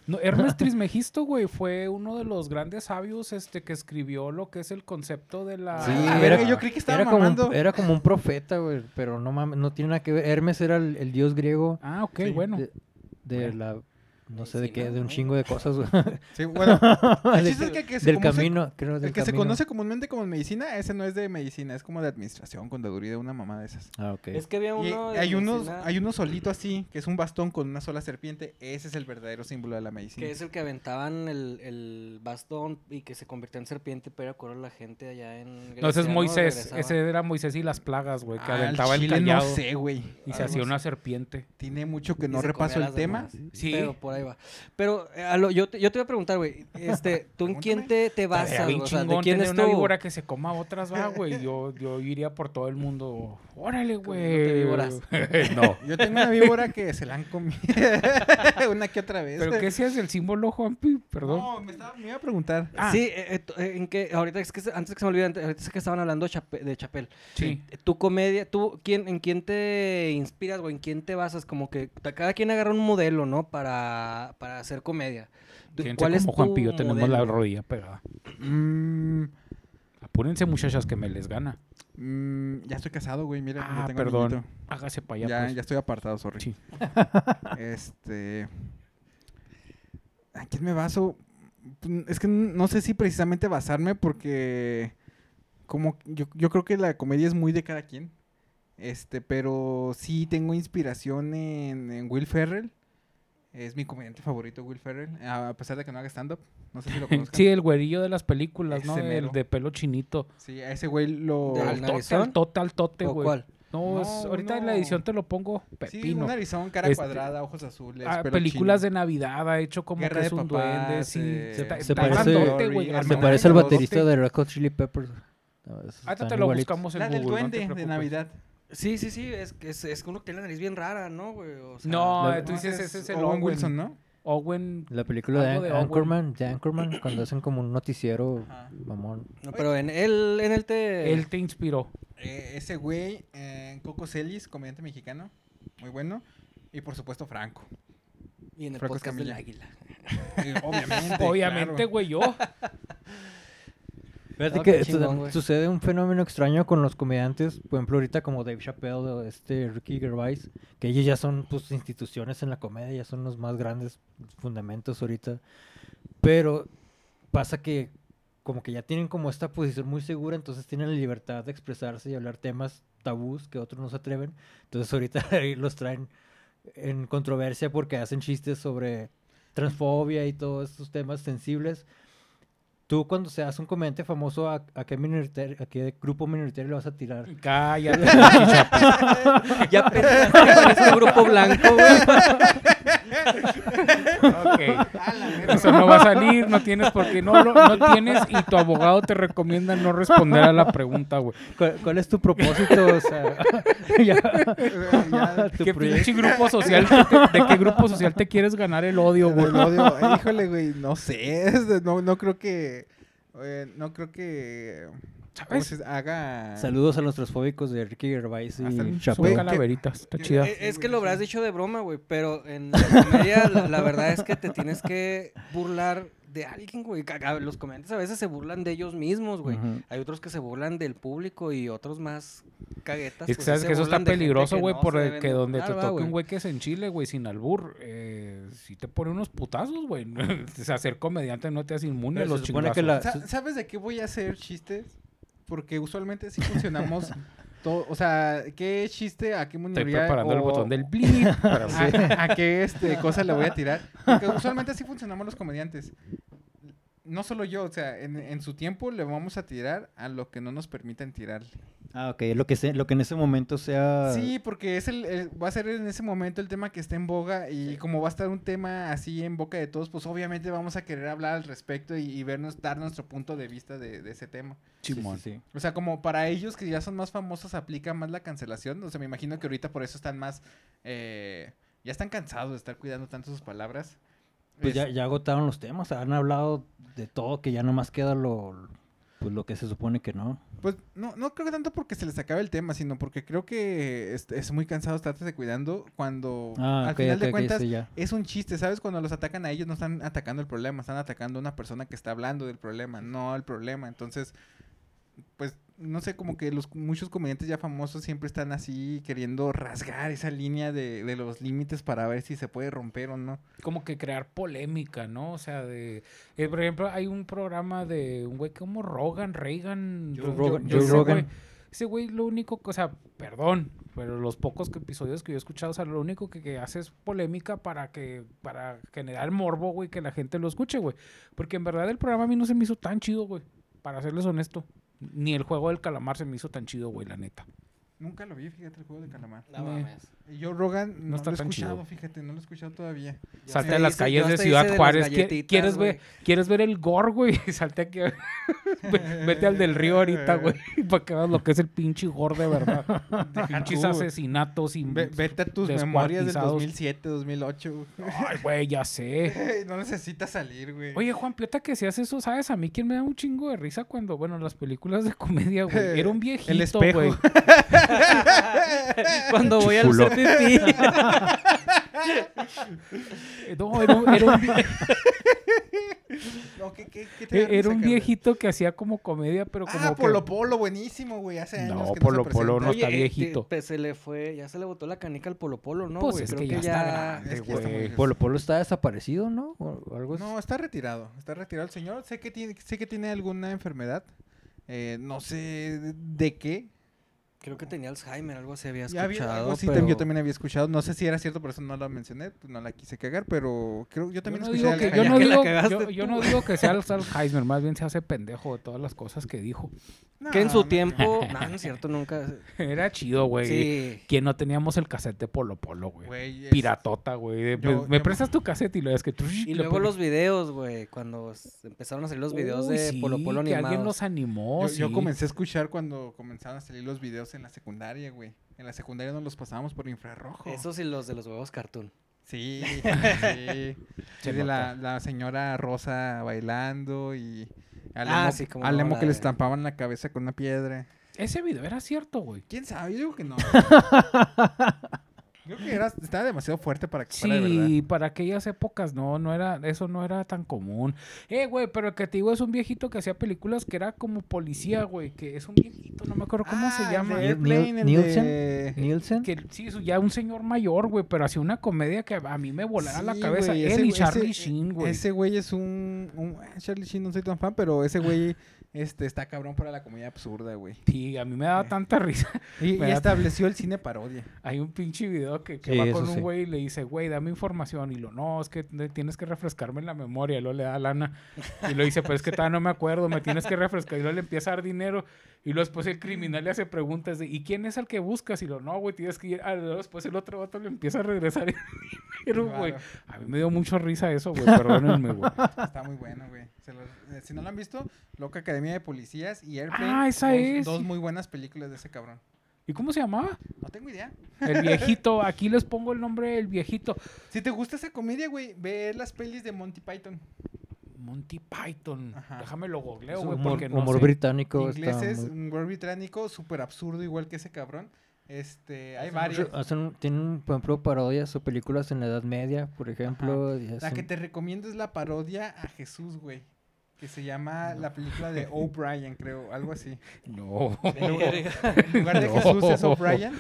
A: No, Hermes Trismegisto, güey, fue uno de los grandes sabios este, que escribió lo que es el concepto de la...
D: Sí,
C: Ah,
D: era-
C: verga, yo creí que estaba
D: era, como
C: mamando.
D: un, era como un profeta, güey, pero no mames, no tiene nada que ver. Hermes era el, el dios griego
A: Ah, ok,
C: Sí,
A: bueno.
D: de, de la... No sé de
B: Medicina,
D: qué, de un
B: ¿no?
D: chingo de cosas, güey.
C: Sí, bueno. El chiste es que, el que se
D: del
C: conoce-
D: camino, creo,
C: El
D: del
C: que se
D: camino.
C: conoce comúnmente como medicina, ese no es de medicina, es como de administración, contaduría, una mamá de esas.
D: Ah, ok.
B: Es que había
C: Y
B: uno... de
C: hay, unos,
B: medicina
C: hay uno solito así, que es un bastón con una sola serpiente. Ese es el verdadero símbolo de la medicina.
B: Que es el que aventaban el, el bastón y que se convirtió en serpiente, pero acuerdo la gente allá en...
A: No, ese
B: Grecia,
A: es Moisés.
B: Regresaba.
A: Ese era Moisés y las plagas, güey, que
C: Ah, al
A: aventaba el
C: chile
A: callado
C: No sé, güey.
A: y se
C: Ah,
A: hacía
C: no
A: una
C: sé.
A: serpiente.
C: Tiene mucho que
B: Y
C: no
B: se
C: repaso
B: comía
C: el
B: las
C: tema.
B: demás.
A: Sí.
B: Pero por ahí va. Pero eh, a lo- yo, te, yo te iba a preguntar, güey, este, ¿tú en quién te, te
A: Estaría
B: basas? güey?
A: bien
B: O sea, ¿de
A: chingón
B: quién
A: tener
B: es
A: una
B: tu...?
A: víbora que se coma a otras, va, güey. Yo, yo iría por todo el mundo. Órale,
B: Comiéndote
A: güey.
B: víboras.
A: no.
C: Yo tengo una víbora que se la han comido. una que otra vez.
A: ¿Pero qué hacías el símbolo, Juanpi? Perdón.
C: No, me, estaba- me iba a preguntar.
A: Ah.
B: Sí, eh, eh, t- eh, en que ahorita es que se- antes que se me olvide, ante- ahorita es que estaban hablando de Chape- de Chapel.
A: sí.
B: Tu comedia, tú quién en quién te inspiras o en quién te basas como que ta- cada quien agarra un modelo, ¿no? para, para hacer comedia. Tú-
A: Fíjense
B: ¿Cuál es
A: como
B: tu
A: Juanpi y yo tenemos la
B: modelo?
A: rodilla pegada.
C: Mm,
A: Apúrense, muchachas, que me les gana.
C: mm, ya estoy casado, güey. Mira, no
A: ah,
C: tengo
A: perdón.
C: niñito.
A: Hágase para allá,
C: Ya,
A: pues.
C: ya estoy apartado, sorry.
A: Sí.
C: este. ¿A Pues, quién me baso? Mm, Es que n- no sé si precisamente basarme porque como yo, yo creo que la comedia es muy de cada quien. Este, pero sí tengo inspiración en, en Will Ferrell. Es mi comediante favorito, Will Ferrell. A pesar de que no haga stand-up. No sé si lo conozcan.
A: Sí, el güerillo de las películas, ¿no?
C: Ese mero.
A: El de pelo chinito.
C: Sí, a ese güey lo...
B: ¿De
A: Al tote,
B: narizón?
A: al tote, al tote,
B: ¿O
A: güey.
B: cuál?
A: No,
C: No,
A: es- ahorita en
C: uno-
A: la edición te lo pongo
C: Sí,
A: pepino.
C: un narizón, cara
A: Este,
C: cuadrada, ojos azules,
A: Ah,
C: pelo
A: películas
C: chino.
A: de Navidad ha hecho como
C: Guerra
A: que
C: de
A: es un
C: Papás,
A: duende. Sí,
C: eh,
A: está-
D: Se
A: está
D: parece-
A: grandote, güey,
C: Se
D: Me
A: grandote,
D: parece el
C: Los
D: baterista de Red Hot Chili Peppers. No, esos
A: Ahorita
D: están
A: te lo
D: igualitos.
A: buscamos en
C: La del
A: Google, no te
C: duende de
A: preocupes.
C: Navidad.
B: Sí, sí, sí, es que es, es que uno que tiene la nariz bien rara, ¿no, güey? O sea,
A: No,
D: la-
A: Ah, tú dices, ese es el
C: Owen Wilson, ¿no?
A: Owen.
D: La película de,
A: Algo
D: An-
A: de Owen.
D: Anchorman, de Anchorman, cuando hacen como un noticiero
C: Ajá.
D: mamón.
B: no, pero en él, en él te...
A: Él te inspiró.
C: Eh, ese güey, eh, Coco Celis, comediante mexicano, muy bueno. Y por supuesto Franco.
B: y en el
C: Franco
B: podcast del
C: Escamilla.
B: águila.
C: Eh, obviamente.
A: Obviamente,
C: claro.
A: güey, yo.
D: Fíjate
B: Ah,
D: que
B: qué
D: esto-
B: chingón, güey.
D: sucede un fenómeno extraño con los comediantes, por ejemplo, ahorita como Dave Chappelle o este Ricky Gervais, que ellos ya son pues instituciones en la comedia, ya son los más grandes fundamentos ahorita. Pero pasa que como que ya tienen como esta posición muy segura, entonces tienen la libertad de expresarse y hablar temas tabús que otros no se atreven. Entonces ahorita ahí los traen en controversia porque hacen chistes sobre transfobia y todos estos temas sensibles. Tú cuando seas un comediante famoso, ¿a, a qué, minoritar- a qué grupo minoritario le vas a tirar?
A: Cállate.
B: Ya pensaste que parece un grupo blanco, güey.
A: ok. Eso no va a salir, no tienes porque no lo- no tienes y tu abogado te recomienda no responder a la pregunta, güey.
D: ¿Cuál, cuál es tu propósito? O sea, ya,
C: Eh, ya,
D: tu
A: ¿Qué
D: proyecto.
A: pinche grupo social? te- ¿De qué grupo social te quieres ganar el odio, güey?
C: del odio. Eh, Híjole, güey, no sé. es de- No, no creo que. eh, no creo que. ¿Cómo
A: ¿Sabes?
C: se dice?
F: Ah.
C: haga.
D: Saludos a los transfóbicos de Ricky Gervais
C: Hasta el
D: y
A: Sube
C: güey,
D: Chappelle.
C: que-
A: calaveritas, está chida.
B: Eh, Es que
C: güey,
B: lo
C: sí.
B: habrás dicho de broma, güey, pero en la comedia la, la verdad es que te tienes que burlar de alguien, güey. Ca- ca- Los comediantes a veces se burlan de ellos mismos, güey.
D: Ujú.
B: Hay otros que se burlan del público y otros más caguetas.
A: Es que
B: pues, sí
A: sabes
B: se
A: que eso está
B: burlan de gente
A: peligroso,
B: que
A: güey,
B: no se
A: porque
B: deben de
A: donde te
B: burlar, ¿va,
A: toque un güey que es en Chile, güey, sin albur, eh, si te pone unos putazos, güey. o sea, ser comediante no te hace inmune
D: Pero
A: a
D: se
A: los
D: supone
A: chingazos.
D: que la-
C: Sa- ¿Sabes de qué voy a hacer chistes? Porque usualmente sí funcionamos. todo, o sea, ¿qué chiste a qué
A: Estoy
C: minoría?
A: preparando el
C: o-
A: botón del blip.
B: Ah.
A: para-
C: a, a qué este, cosa le voy a tirar. Porque usualmente así funcionamos los comediantes. No solo yo, o sea, en, en su tiempo le vamos a tirar a lo que no nos permitan tirarle.
F: Ah, ok. Lo que, se- lo que en ese momento sea...
D: Ah.
C: Sí, porque es el, el- va a ser en ese momento el tema que está en boga y como va a estar un tema así en boca de todos, pues obviamente vamos a querer hablar al respecto y, y vernos, dar nuestro punto de vista de, de ese tema.
F: Sí, sí,
A: Simón.
F: sí.
C: O sea, como para ellos que ya son más famosos aplica más la cancelación. O sea, me imagino que ahorita por eso están más... eh, ya están cansados de estar cuidando tanto sus palabras.
D: Pues ya,
C: Es-
D: ya agotaron los temas, han hablado de todo, que ya nomás queda lo, pues, lo que se supone que no.
C: Pues no, no creo que tanto porque se les acabe el tema, sino porque creo que este, es, es muy cansado estarse cuidando cuando
D: Ah,
C: al
D: ok,
C: final
D: ok,
C: de
D: ok,
C: cuentas
D: sí, ya.
C: es un chiste, ¿sabes? Cuando los atacan a ellos no están atacando el problema, están atacando a una persona que está hablando del problema, no al problema. Entonces, pues no sé, como que los muchos comediantes ya famosos siempre están así queriendo rasgar esa línea de, de los límites para ver si se puede romper o no.
A: como que crear polémica, ¿no? O sea, de... eh, por ejemplo, hay un programa de un güey como Rogan, Reagan...
D: Joe Rogan- Joe
A: ese
D: Rogan.
A: güey- Ese güey lo único que, o sea, perdón, pero los pocos que- episodios que yo he escuchado, o sea, lo único que, que hace es polémica para que para generar morbo, güey, que la gente lo escuche, güey. Porque en verdad el programa a mí no se me hizo tan chido, güey, para serles honesto. Ni el juego del calamar se me hizo tan chido, güey, la neta. Eh.
C: Nunca lo vi, fíjate, el juego de calamar.
B: No mames.
C: Y Yo, Rogan, no,
A: está
C: lo he
A: tan chido.
C: escuchado, fíjate, no lo he escuchado todavía.
B: Yo
A: Salte
B: hasta
A: a las
B: hice-
A: calles
B: yo
A: de
B: hasta
A: Ciudad
B: hice las
A: Juárez. ¿Qui-
B: galletitas,
A: ¿Quieres
B: güey.
A: ver, ¿Quieres ver el gore, güey? Salte aquí. a- Ve- Vete al del río ahorita, güey. Para que veas lo que es el pinche gore de verdad. Pinches
C: Cancún, güey.
A: asesinatos y.
C: Ve- vete a tus memorias del
A: descuartizados.
C: 2007, 2008.
A: Ay, güey, ya sé.
C: no necesitas salir, güey.
A: Oye, Juan Piota, que si haces eso, ¿sabes? A mí quien me da un chingo de risa cuando, bueno, las películas de comedia, güey. Era un viejito,
C: El espejo.
A: güey.
B: Cuando voy al
A: Chulo.
B: hacer pipí.
A: Eh, No, era un- era un vie-
C: No, ¿qué- qué- qué te da
A: e era
C: risa,
A: un
C: carnal?
A: viejito que hacía como comedia, pero como.
C: Ah,
A: que-
C: Polo Polo, buenísimo, güey. Hace
A: No,
C: años que
A: Polo
C: se
A: Polo no
C: presenta.
A: Oye, está
B: eh, te-
A: viejito.
B: pues, se le fue, ya se le botó la canica al Polo Polo, ¿no?
A: Pues
B: güey?
A: es
B: Creo
A: que ya está grande, este
C: Es que ya está muy
A: güey.
C: grande.
D: Polo Polo está desaparecido, ¿no? O o algo así.
C: No, está retirado. Está retirado el señor. Sé que tiene, sé que tiene alguna enfermedad. eh, no sé de qué.
B: Creo que tenía Alzheimer, algo así había
C: Ya
B: escuchado.
C: había- algo así
B: pero-
C: tam- yo también había escuchado. No sé si era cierto, por eso no la mencioné. pues, No la quise cagar, pero creo yo también
A: yo no
C: escuché
A: digo
C: al
A: que, yo
C: Jaime.
A: no
B: que la
A: digo-
B: cagaste
A: yo- yo
B: tú.
A: no digo que sea el Alzheimer, más bien se hace pendejo de todas las cosas que dijo.
B: Que en
C: Ah, No,
B: su
C: no,
B: tiempo. No, no es cierto, nunca.
A: Era chido, güey.
B: Sí.
A: Que no teníamos el cassette de Polo Polo, güey.
C: güey, es-
A: Piratota, güey. de,
C: Yo-
A: me, me
C: yo-
A: prestas tu cassette y lo ves que...
B: Y luego los videos, güey. Cuando s- empezaron a salir los videos de Polo Polo
A: que alguien
B: animados.
A: los animó,
C: Yo,
A: sí.
C: yo comencé a escuchar cuando comenzaban a salir los videos en la secundaria, güey. En la secundaria nos los pasábamos por infrarrojo.
B: Esos y los de los huevos cartoon.
C: Sí, sí.
A: Se
C: Y de
A: nota.
C: la, la señora Rosa bailando y al
B: Ah,
C: emo,
B: sí, cómo
C: al
B: no,
C: emo
B: la
C: que le
B: de-
C: estampaban la cabeza con una piedra.
A: Ese video era cierto, güey.
C: ¿Quién sabe? Yo digo que no. Creo que era, estaba demasiado fuerte para que fuera de verdad.
A: Sí, para aquellas épocas no, no era, eso no era tan común. Eh, güey, pero el que te digo es un viejito que hacía películas que era como policía, güey, que es un viejito, no me acuerdo cómo se llama.
C: Ah, El de Airplane, el
D: Nielsen?
C: de-
D: Nielsen.
A: Que sí, es ya un señor mayor, güey, pero hacía una comedia que a mí me volaba la
C: Sí,
A: cabeza.
C: güey,
A: Él
C: ese
A: y
C: güey-
A: Charlie
C: ese-
A: Sheen, güey.
C: Ese güey es un, un- ah, Charlie Sheen no soy tan fan, pero ese güey este, está cabrón para la comedia absurda, güey.
A: Sí, a mí me daba tanta risa.
C: Y, y
A: Me da-
C: estableció el cine parodia.
A: Hay un pinche video que, que
D: Sí,
A: va
D: eso
A: con un
D: sí.
A: güey y le dice, güey, dame información. Y lo, no, es que te- tienes que refrescarme en la memoria. Y luego le da lana. Y lo dice, pero es que todavía no me acuerdo, me tienes que refrescar. Y luego le empieza a dar dinero. Y luego después el criminal le hace preguntas de, ¿y quién es el que buscas? Y lo, no, güey, tienes que ir. Ah, luego después el otro vato le empieza a regresar el dinero, güey.
C: Claro.
A: A mí me dio mucha risa eso, güey, perdónenme, güey.
C: Está muy bueno, güey. Se los- eh, si no lo han visto, Loca Academia de Policías y Airplane.
A: Ah, esa
C: dos,
A: es.
C: Dos muy buenas películas de ese cabrón.
A: ¿Y cómo se llamaba?
C: No tengo idea.
A: El viejito. Aquí les pongo el nombre del viejito.
C: Si te gusta esa comedia, güey, ve las pelis de Monty Python.
A: Monty Python.
C: Ajá.
A: Déjame lo googleo,
D: Es
A: güey,
D: humor
A: porque no
D: humor
A: sé.
D: británico. está
C: Ingleses,
D: muy-
C: un humor británico, súper absurdo, igual que ese cabrón. Este, hay
D: hacen
C: varios.
D: mucho- hacen- tienen, por ejemplo, parodias o películas en la Edad Media, por ejemplo. y
C: La
D: hacen-
C: que te recomiendo es la parodia a Jesús, güey. Que se llama la película de O'Brien, creo, algo así.
A: No.
C: En lugar de
A: No.
C: Jesús es O'Brien.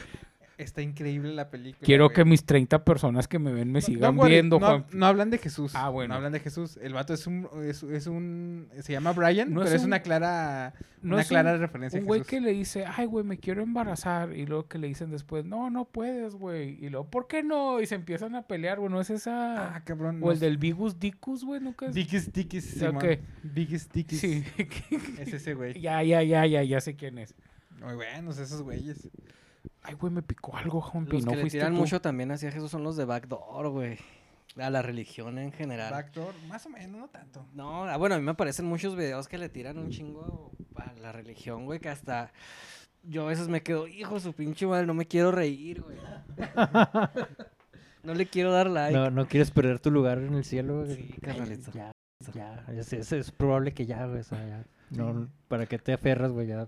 C: Está increíble la película.
A: Quiero
C: güey.
A: que mis 30 personas que me ven me
C: No-
A: sigan
C: no, güey,
A: viendo,
C: no,
A: Juan.
C: no hablan de Jesús.
A: Ah, bueno.
C: No hablan de Jesús. El vato es un. Es, es un se llama Brian,
A: No
C: pero
A: es
C: es,
A: un-
C: una clara.
A: no
C: una
A: es un-
C: clara referencia.
A: Un
C: a
A: güey
C: Jesús.
A: que le dice, ay, güey, me quiero embarazar. Y luego que le dicen después, no, no puedes, güey. Y luego, ¿por qué no? Y se empiezan a pelear, güey. No es esa.
C: Ah, cabrón.
A: o
C: no
A: el
C: sé.
A: del Vigus Dicus, güey, nunca es.
C: Dickies, Dickies.
A: sea,
C: Simón.
A: que-
C: Dickies, Dickies.
A: Sí.
C: Es ese güey.
A: ya, ya, ya, ya, ya sé quién es.
C: Muy buenos esos güeyes.
A: Ay, güey, me picó algo, Juanpi.
B: Los
A: No
B: que le
A: fuiste
B: tiran
A: tú.
B: mucho también hacia Jesús son los de Backdoor, güey. A la religión en general.
C: Backdoor, más o menos, no tanto.
B: No, ah, bueno, a mí me aparecen muchos videos que le tiran un chingo a la religión, güey, que hasta yo a veces me quedo, hijo, de su pinche madre, no me quiero reír, güey. no le quiero dar like.
D: no, no quieres perder tu lugar en el cielo. güey.
B: Sí, carnalito.
D: Ya, ya, es, es- es probable que ya, güey. o sea, ya. No, ¿Para qué te aferras, güey? Ya.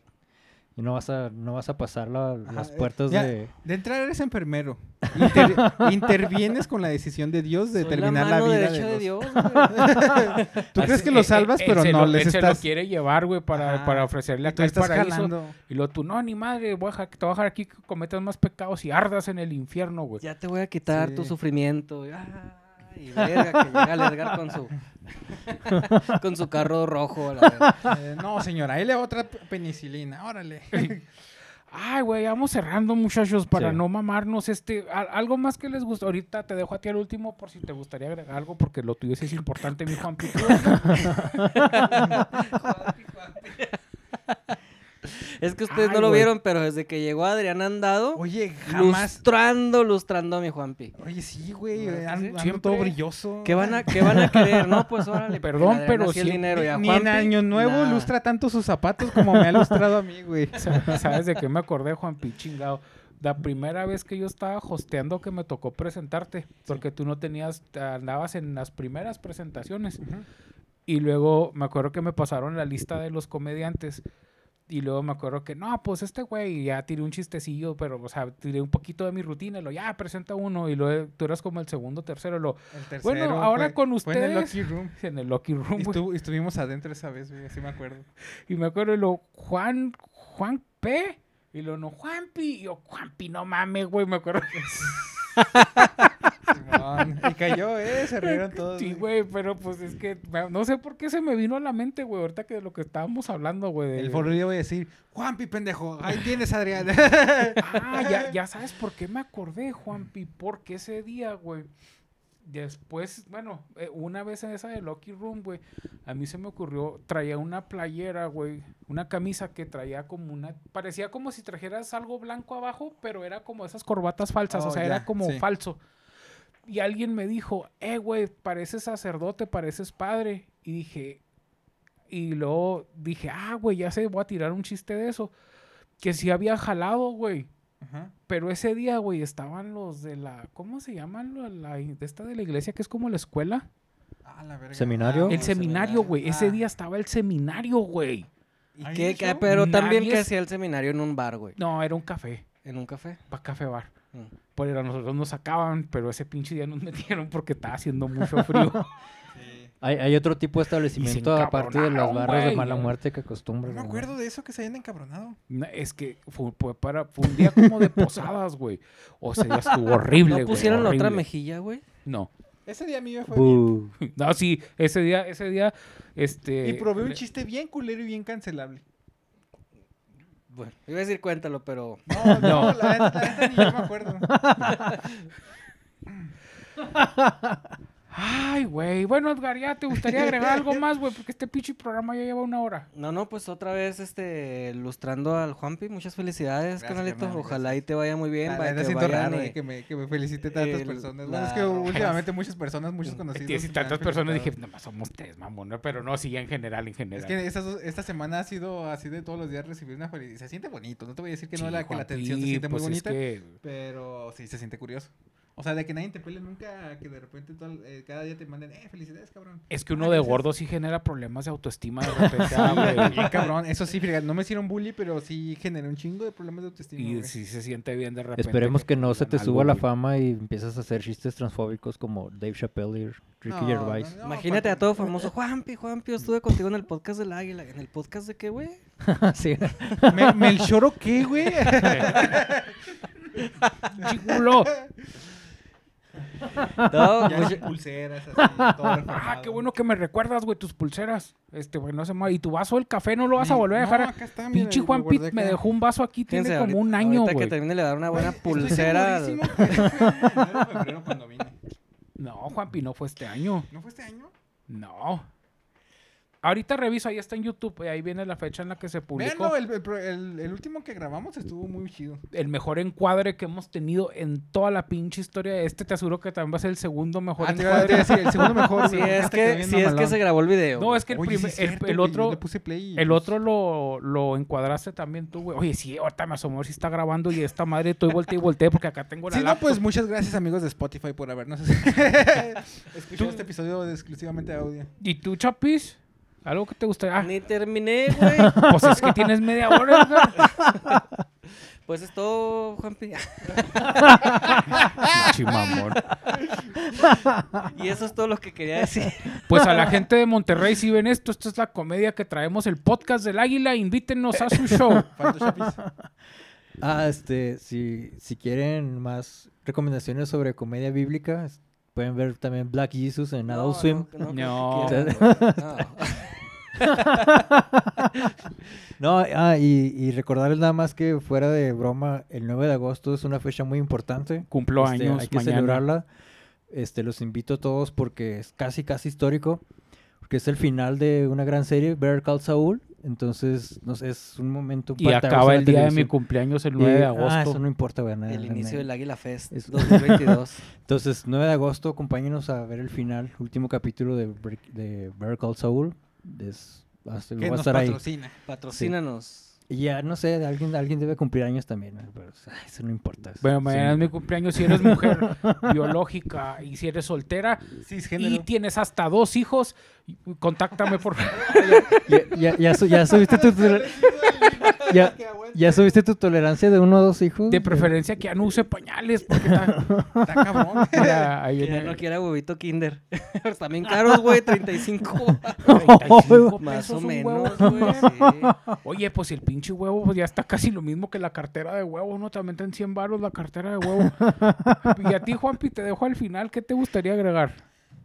D: Y no vas a, no vas a pasar la- las
C: Ajá, eh,
D: puertas
C: ya,
D: de...
C: De entrar eres enfermero. Inter- intervienes con la decisión de Dios de
B: Soy
C: terminar
B: la
C: la,
B: mano
C: vida
B: derecha de,
C: de, los-
B: Dios, güey.
C: Tú
A: Así-
C: crees que
A: eh,
C: lo
A: eh,
C: salvas,
A: él
C: pero
A: se
C: no,
A: lo-
C: les
A: él se lo
C: estás...
A: quiere llevar, güey, para,
C: Ah, Ajá.
A: para ofrecerle acá
C: Tú
A: el
C: estás
A: paraíso.
C: jalando.
A: Y luego tú, no, ni madre, voy a dejar- te voy a dejar aquí que cometas más pecados y ardas en el infierno, güey.
B: ya te voy a quitar tu
C: Sí.
B: sufrimiento. Y, ay, verga, que llega el Edgar con su, con su carro rojo. a la verga.
C: Eh, no, señora, él le otra pe- penicilina, órale.
A: Ay, güey, vamos cerrando, muchachos, para
D: Sí.
A: no mamarnos. Este, a- algo más que les gusta. Ahorita te dejo a ti al último por si te gustaría agregar algo, porque lo tuyo sí es importante, mi Juan Pico.
B: Es que ustedes
A: Ay,
B: no lo
A: güey.
B: vieron, pero desde que llegó Adrián Andado,
C: Oye, jamás...
B: lustrando, lustrando a mi Juanpi.
C: Oye, sí, güey,
B: ¿Verdad que
C: ando,
B: sí?
C: ando
A: Siempre.
C: todo brilloso.
B: ¿Qué van a, qué van a querer? No, pues órale.
A: Perdón,
B: le dan
A: pero
B: así el
A: siempre-
B: dinero y a
C: Ni en
B: Juanpi,
C: Año Nuevo
B: nada.
C: lustra tanto sus zapatos como me ha lustrado a mí, güey.
A: Sa- ¿Sabes de qué me acordé, Juan Pichingao? La primera vez que yo estaba hosteando que me tocó presentarte, porque tú no tenías, andabas en las primeras presentaciones. Y luego me acuerdo que me pasaron la lista de los comediantes. Y luego me acuerdo que, no, pues este güey, y ya tiré un chistecillo, pero, o sea, tiré un poquito de mi rutina, y lo, ya, presenta uno, y luego tú eras como el segundo, tercero, lo,
C: El tercero
A: Bueno, ahora
C: fue-
A: con
C: Fue en el
A: ustedes.
C: Lucky Room.
A: en el Lucky Room,
C: Y
A: güey.
C: estuvo- estuvimos adentro esa vez, güey, así me acuerdo.
A: Y me acuerdo, y lo, Juan, Juan P. Y lo, no, Juanpi. Y yo, Juanpi, no mames, güey, me acuerdo.
C: Simón. Y cayó, ¿eh? Se rieron todos.
A: Sí, güey, pero pues es que me- no sé por qué se me vino a la mente, güey, ahorita que de lo que estábamos hablando, güey. de-
C: El forrido voy a decir, Juanpi, pendejo, ahí tienes, Adrián.
A: Ah, ya, ya sabes por qué me acordé, Juanpi, porque ese día, güey. Después, bueno, eh, una vez en esa de Lucky Room, güey, a mí se me ocurrió, traía una playera, güey, una camisa que traía como una, parecía como si trajeras algo blanco abajo, pero era como esas corbatas falsas, o
C: Oh,
A: sea,
C: ya,
A: era como
C: sí.
A: falso. Y alguien me dijo, eh, güey, pareces sacerdote, pareces padre. Y dije, y luego dije, ah, güey, ya sé, voy a tirar un chiste de eso. Que sí había jalado, güey.
C: Ajá.
A: Pero ese día, güey, estaban los de la. ¿Cómo se llaman? La, la- de esta de la iglesia que es como la escuela.
C: Ah, la verga.
F: ¿Seminario?
C: Ah,
A: el
F: el
A: seminario, güey. Ese
C: Ah.
A: día estaba el seminario, güey.
C: ¿Y
E: ¿Ahí
C: qué,
E: en el
C: qué
E: show?
A: pe-
B: Pero también
A: Nadie
B: que
A: es-
B: hacía el seminario en un bar, güey.
A: No, era un café.
B: En un café.
A: Para café bar.
B: Mm.
A: Pero a nosotros nos sacaban, pero ese pinche día nos metieron porque estaba haciendo mucho frío.
C: Ah, Sí.
D: Hay, hay otro tipo de establecimiento aparte de las
A: encabronaron,
D: barras
A: güey.
D: de mala muerte que
C: No
D: acostumbran.
C: me
D: güey.
C: acuerdo de eso que se hayan encabronado.
A: No, es que fue, fue para, fue un día como de posadas, güey. O sea, ya estuvo horrible,
B: ¿No
A: güey.
B: pusieron la otra
A: horrible.
B: mejilla, güey?
A: No.
C: Ese día a mí me fue bien.
D: Bu.
A: No, sí, ese día, ese día, este.
C: Y probé un
A: le-
C: chiste bien culero y bien cancelable.
B: Bueno, iba a decir cuéntalo, pero...
C: No,
A: No.
C: no, la neta la neta ni yo me acuerdo.
A: Ay, güey. Bueno, Edgar, ya te gustaría agregar algo más, güey, porque este pinche programa ya lleva una hora.
B: No, no, pues otra vez, este, lustrando al Juanpi, muchas felicidades,
C: Gracias,
B: canalito.
C: carnal,
B: Ojalá
C: gracias.
B: y te vaya muy bien.
C: La
B: para
C: neta
B: que
C: siento
B: vayan
C: raro
B: y-
C: eh, que, me, que me felicite tantas
B: el-
C: personas.
B: la
C: Bueno, es que
B: raza.
C: últimamente muchas personas, muchos conocidos.
A: Tienes
C: me han
A: Mm, tantas personas, dije,
C: felicitado.
A: nomás somos tres, mamón, ¿no? pero no, sí, ya en general, en general.
C: Es que estas dos- esta semana ha sido así de todos los días recibir una felicidad. Se siente bonito. No te voy a decir que no,
A: Sí,
C: la, que la
A: Juanpi,
C: atención se siente muy
A: pues es
C: bonita.
A: que-
C: Pero sí, se siente curioso. O sea, de que nadie te pele nunca, que de repente todo- eh, cada día te manden, eh, felicidades, cabrón.
A: Es que
C: Ah,
A: uno de
C: gracias.
A: gordo sí genera problemas de autoestima de repente, ah,
C: Ah,
A: güey.
C: bien cabrón. Eso sí, fíjate, no me hicieron bully, pero sí generé un chingo de problemas de autoestima.
A: Y
C: güey.
A: sí se siente bien de repente.
D: Esperemos que no se
A: digan
D: te
A: algo,
D: suba la
A: güey.
D: fama y empiezas a hacer chistes transfóbicos como Dave Chappelle y Ricky
C: No,
D: Gervais.
C: no, no,
B: Imagínate a
C: Juanpi.
B: todo famoso, Juanpi, Juanpi, yo estuve contigo en el podcast del Águila. ¿En el podcast de qué, güey?
D: Sí.
C: ¿Me, ¿Melchoro qué, güey?
A: Chiculo.
B: No,
C: Ya
B: mucha-
C: las pulseras, así, todo
A: Ah,
C: reformado.
A: qué bueno que me recuerdas, güey, tus pulseras. Este, güey, no se ma- Y tu vaso del café no lo vas a volver a
C: No,
A: dejar.
C: acá está, mira,
A: Pinche
C: lo
A: Juan Pit
C: guardé
A: me
C: acá.
A: dejó un vaso aquí, tiene
B: fíjense,
A: como un
B: ahorita-
A: año,
B: Ahorita que
A: güey.
B: termine le dar una buena
C: Estoy
B: pulsera. al-
C: segurísimo que fue en enero o febrero cuando vine.
A: No, Juanpi, no fue este año.
C: ¿No fue este año?
A: No. Ahorita reviso, ahí está en YouTube, eh, ahí viene la fecha en la que se publicó.
C: Véanlo,
A: el...
C: el, el pro- el- el último que grabamos estuvo muy chido.
A: mejor encuadre que hemos tenido en toda la pinche historia de este, te aseguro que también va a ser el segundo mejor
C: Ah, te iba a
A: encuadre.
C: decir, el segundo mejor.
B: Si
C: güey,
B: es
C: este quedó
B: que,
C: bien
B: si es que
C: mamalón.
B: se grabó el video.
A: No,
B: güey.
A: es que el,
C: Oye, sí
A: primer-
C: es
A: el-
C: cierto,
A: el
C: güey, yo
A: otro,
C: le puse play y,
A: el
C: pues,
A: otro lo, lo encuadraste también tú, güey. Oye, sí, ahorita me asomo a ver si está grabando y esta madre estoy volteé y volteé porque acá tengo la
C: Sí, no,
A: laptop.
C: pues muchas gracias amigos de Spotify por habernos escuchado este episodio de exclusivamente audio.
A: ¿Y tú, Chapis? ¿Algo que te gustaría? Ah,
B: Ni terminé, güey.
A: pues es que tienes media hora, Edgar.
B: Pues es todo, Juanpi.
A: Pinche mamón.
B: Y eso es todo lo que quería decir.
A: Pues a la gente de Monterrey, si ven esto, esta es la comedia que traemos, el podcast del Águila, invítenos a su show.
D: Ah, este, si, si quieren más recomendaciones sobre comedia bíblica, es- pueden ver también Black Jesus en Adult Swim.
A: No.
B: No, no, creo que quiera, güey. No.
D: No, ah, y, y recordarles nada más que fuera de broma, el 9 de agosto es una fecha muy importante.
A: Cumplo
D: Este,
A: años
D: hay que
A: mañana.
D: celebrarla. Este, los invito a todos porque es casi, casi histórico. Porque es el final de una gran serie, Better Call Saul. Entonces, no sé, es un momento
A: Y acaba el día de mi cumpleaños el 9 de
D: Ah, eso
A: agosto.
D: no importa, güey. nada,
B: El
D: nada,
B: inicio
D: nada.
B: del Águila Fest
D: Es-
B: 2022.
D: Entonces, 9 de agosto, acompáñenos a ver el final, último capítulo de, Break- de Better Call Saul. Es, va a ser-
C: Que
D: va a
C: nos
D: estar ahí.
C: patrocina.
B: Patrocínanos.
D: Y ya, no sé, alguien, alguien debe cumplir años también, ¿no? pero o sea, eso no importa. eso-
A: Bueno,
D: eso
A: mañana es
D: no-
A: mi cumpleaños. Si eres mujer biológica y si eres soltera y
C: Cisgénero.
A: tienes hasta dos hijos, y- y contáctame por favor.
D: Ya, ya, ya su- ya subiste tu... ya, ¿Ya subiste tu tolerancia de uno a dos hijos?
A: De preferencia que ya no use pañales, porque está,
C: Está cabrón.
A: mira, ahí
B: Que ya
A: viene
B: no quiera huevito kinder. Están bien caros, güey, 35.
A: 35
B: Más
A: pesos
B: o
A: un huevo,
B: menos,
A: güey.
B: güey. sí.
A: Oye, pues el pinche huevo pues ya está casi lo mismo que la cartera de huevo, ¿no? También está en 100 baros la cartera de huevo. y a ti, Juanpi, te dejo al final. ¿Qué te gustaría agregar?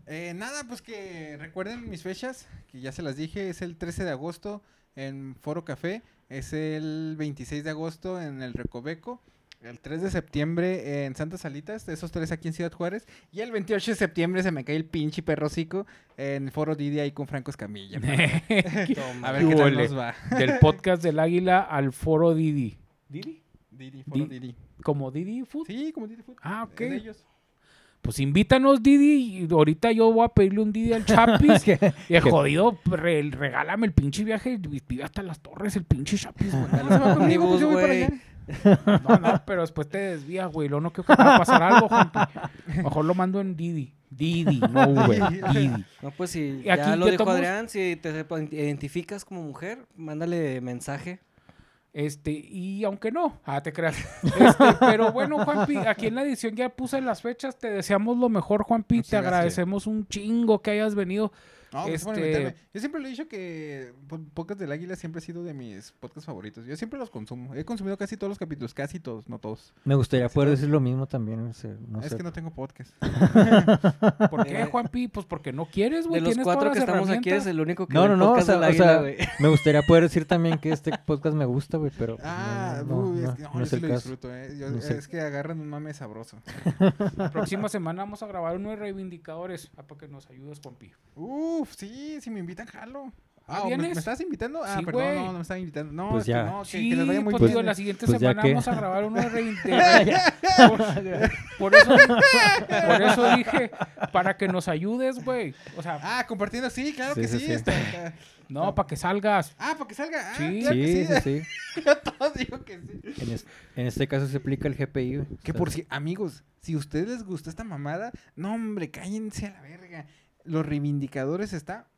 C: Eh, nada, pues que recuerden mis fechas, que ya se las dije, es el 13 de agosto en Foro Café, es el 26 de agosto en el Recoveco, el 3 de septiembre en Santa Salitas, esos tres aquí en Ciudad Juárez, y el 28 de septiembre se me cae el pinche perrocico en el Foro Didi ahí con Franco Escamilla. pa. A ver qué tal
A: Híjole.
C: nos va.
A: Del podcast del Águila al foro Didi.
C: ¿Didi? Didi, Foro
A: Di-
C: Didi.
A: ¿Como Didi Food?
C: Sí, como Didi Food.
A: Ah,
C: es
A: ok.
C: de ellos.
A: Pues invítanos, Didi. Y ahorita yo voy a pedirle un Didi al Chapis. y el jodido, pues, re- regálame el pinche viaje. y Vive hasta las torres el pinche Chapis, güey. pues,
C: Ah, no se va conmigo, pues yo voy para
B: Omnibus,
C: allá.
A: No, no, pero después te desvías, güey. Luego no quiero que me vaya a pasar algo, Juanpi. Mejor lo mando en Didi. Didi, no Uber. Didi.
B: No, pues si
A: Y
B: ya
A: aquí
B: lo
A: ya
B: dijo
A: tomamos-
B: Adrián, si te sepa- identificas como mujer, mándale mensaje.
A: Este, y aunque no, ah, te creas. Este, pero bueno, Juanpi, aquí en la edición ya puse las fechas. Te deseamos lo mejor, Juanpi.
C: Muchas
A: te
C: gracias.
A: agradecemos un chingo que hayas venido.
C: No, pues, gracias por
A: Este-
C: invitarme. Yo siempre le he dicho que po- Podcast del Águila siempre ha sido de mis podcasts favoritos. Yo siempre los consumo. He consumido casi todos los capítulos, casi todos, no todos.
D: Me gustaría poder decir lo mismo también. o sea, no
C: es
D: sé.
C: que no tengo podcast.
A: ¿Por qué,
B: Eh,
A: Juanpi? Pues porque no quieres,
B: De
A: güey.
B: los
A: Tienes
B: cuatro
A: todas
B: que
A: las
B: estamos aquí
A: herramientas.
B: eres el único que
D: No,
B: ve
D: no,
B: el
D: no. O
B: podcast
D: sea,
B: del
D: o
B: águila,
D: sea,
B: güey.
D: me gustaría poder decir también que este podcast me gusta, güey, pero. pues, no,
C: Ah,
D: no,
C: uy, es
D: no,
C: que no,
D: no
C: yo
D: es
C: sí
D: el
C: lo
D: caso.
C: disfruto, eh. Yo-
D: No es el
C: Es que agarran un mame sabroso.
A: La próxima semana vamos a grabar uno de reivindicadores. Ah, para que nos ayudes, Juanpi.
C: Uf, sí, si me invitan, jalo. Ah, ¿o me,
A: ¿Vienes?
C: me estabas invitando? Ah,
A: Sí,
C: perdón,
A: güey.
C: no, no me estaban invitando. No,
D: Pues
C: es que
D: ya.
C: no, que,
A: Sí,
C: que les vaya muy
A: pues,
C: bien.
A: tío, la siguiente
D: Pues ya
A: semana
D: que-
A: vamos a grabar uno de reivindicadores. por, por eso, por eso dije, para que nos ayudes, güey. O sea,
C: Ah, compartiendo, sí, claro
D: Sí,
C: que
D: sí,
C: sí.
D: sí.
C: está-
A: no, para que salgas.
C: Ah, para que salga. Ah,
A: Sí.
C: claro
D: Sí,
C: que
D: sí,
C: sí.
D: sí.
C: Yo todos digo que sí.
D: En, es- en este caso se aplica el GPI, güey.
C: Que
D: O sea,
C: por si, amigos, si a ustedes les gustó esta mamada, no hombre, cállense a la verga. Los reivindicadores está.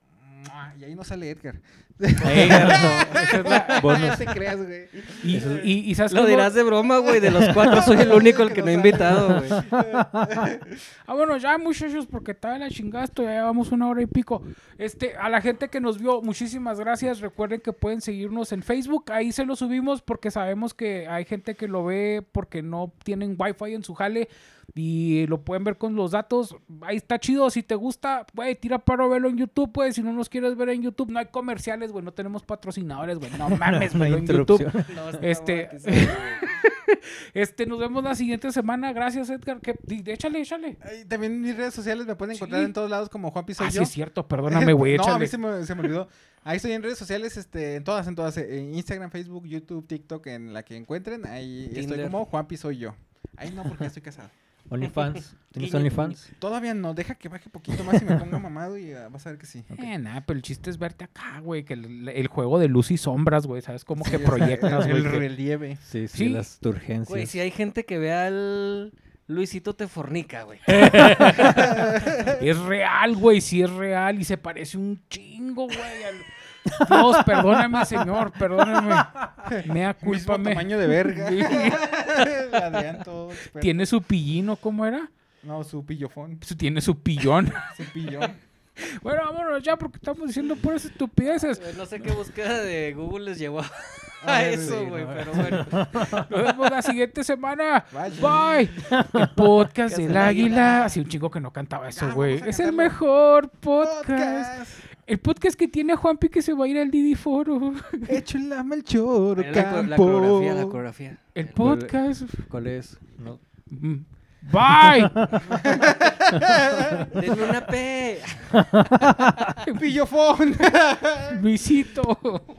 C: ¡mua! Y ahí no sale Edgar.
A: Ey, no, esa es la-
C: No te creas, güey.
A: y, y- y ¿sabes
B: Lo
A: qué?
B: dirás de broma, güey. De los cuatro soy el único el que no he invitado, güey.
A: Ah, bueno, ya muchachos, porque estaba la chingada esto, ya llevamos una hora y pico. Este, a la gente que nos vio, muchísimas gracias. Recuerden que pueden seguirnos en Facebook, ahí se lo subimos porque sabemos que hay gente que lo ve porque no tienen wifi en su jale y lo pueden ver con los datos. Ahí está chido, si te gusta, güey, tira paro, velo en YouTube, pues, si no nos quieres ver en YouTube, no hay comerciales, güey, no tenemos patrocinadores, güey, no mames,
D: no hay
A: güey, en YouTube.
D: interrupción.
B: No,
A: Este-
B: no, que sí, güey.
A: Este, nos vemos la siguiente semana, gracias Edgar, que, di- échale, échale.
C: Ay, También en mis redes sociales me pueden encontrar
A: Sí.
C: en todos lados como Juan Piso
A: Ah, sí
C: yo.
A: es cierto, perdóname, güey,
C: no,
A: échale.
C: a mí se me, se me olvidó. Ahí estoy en redes sociales, este, en todas, en todas, en Instagram, Facebook, YouTube, TikTok, en la que encuentren. Ahí estoy
B: Tinder.
C: como Juan soy yo. Ahí no, porque ya estoy casado.
D: OnlyFans. ¿Tienes
B: Guiño,
D: OnlyFans?
C: Todavía no, deja que baje poquito más y me ponga mamado y ah, vas a ver que sí.
A: Eh, nada, pero el chiste es verte acá, güey, que el, el juego de luz y sombras, güey, ¿sabes? Como que
C: Sí, o sea,
A: proyectas,
C: El
A: güey. que-
C: relieve.
D: Sí, sí,
A: Sí.
D: las turgencias.
B: Güey, si hay gente que vea al Luisito te fornica, güey.
A: Es real, güey, sí es real y se parece un chingo, güey. al- Dios, perdóname, señor, perdóname. Mea
C: Mismo
A: culpame.
C: tamaño de verga. Adrián, todo experto.
A: Tiene su pillino, ¿cómo era?
C: No, su pillofón.
A: Su- Tiene su pillón.
C: Su pillón.
A: bueno, vámonos ya porque estamos diciendo puras estupideces.
B: No sé qué búsqueda de Google les llevó
C: A
B: a
C: ver,
B: eso,
C: sí,
B: güey,
C: no.
B: pero bueno.
A: Nos vemos la siguiente semana.
C: Vaya.
A: Bye. El podcast
B: Podcast
A: del
B: del
A: águila.
B: Águila.
A: Así un chingo que no cantaba eso,
C: Ya,
A: güey.
C: vamos a
A: Es el
C: cantarlo.
A: mejor podcast.
C: Podcast.
A: El podcast que tiene a Juanpi que se va a ir al Didi Foro.
C: Hecho el ama el choro,
B: La, co- la coreografía, la coreografía.
A: El
D: Vuelve.
A: podcast.
D: ¿Cuál es? No.
A: Mm. Bye.
B: Denme una P.
C: Pillofón.
A: Luisito.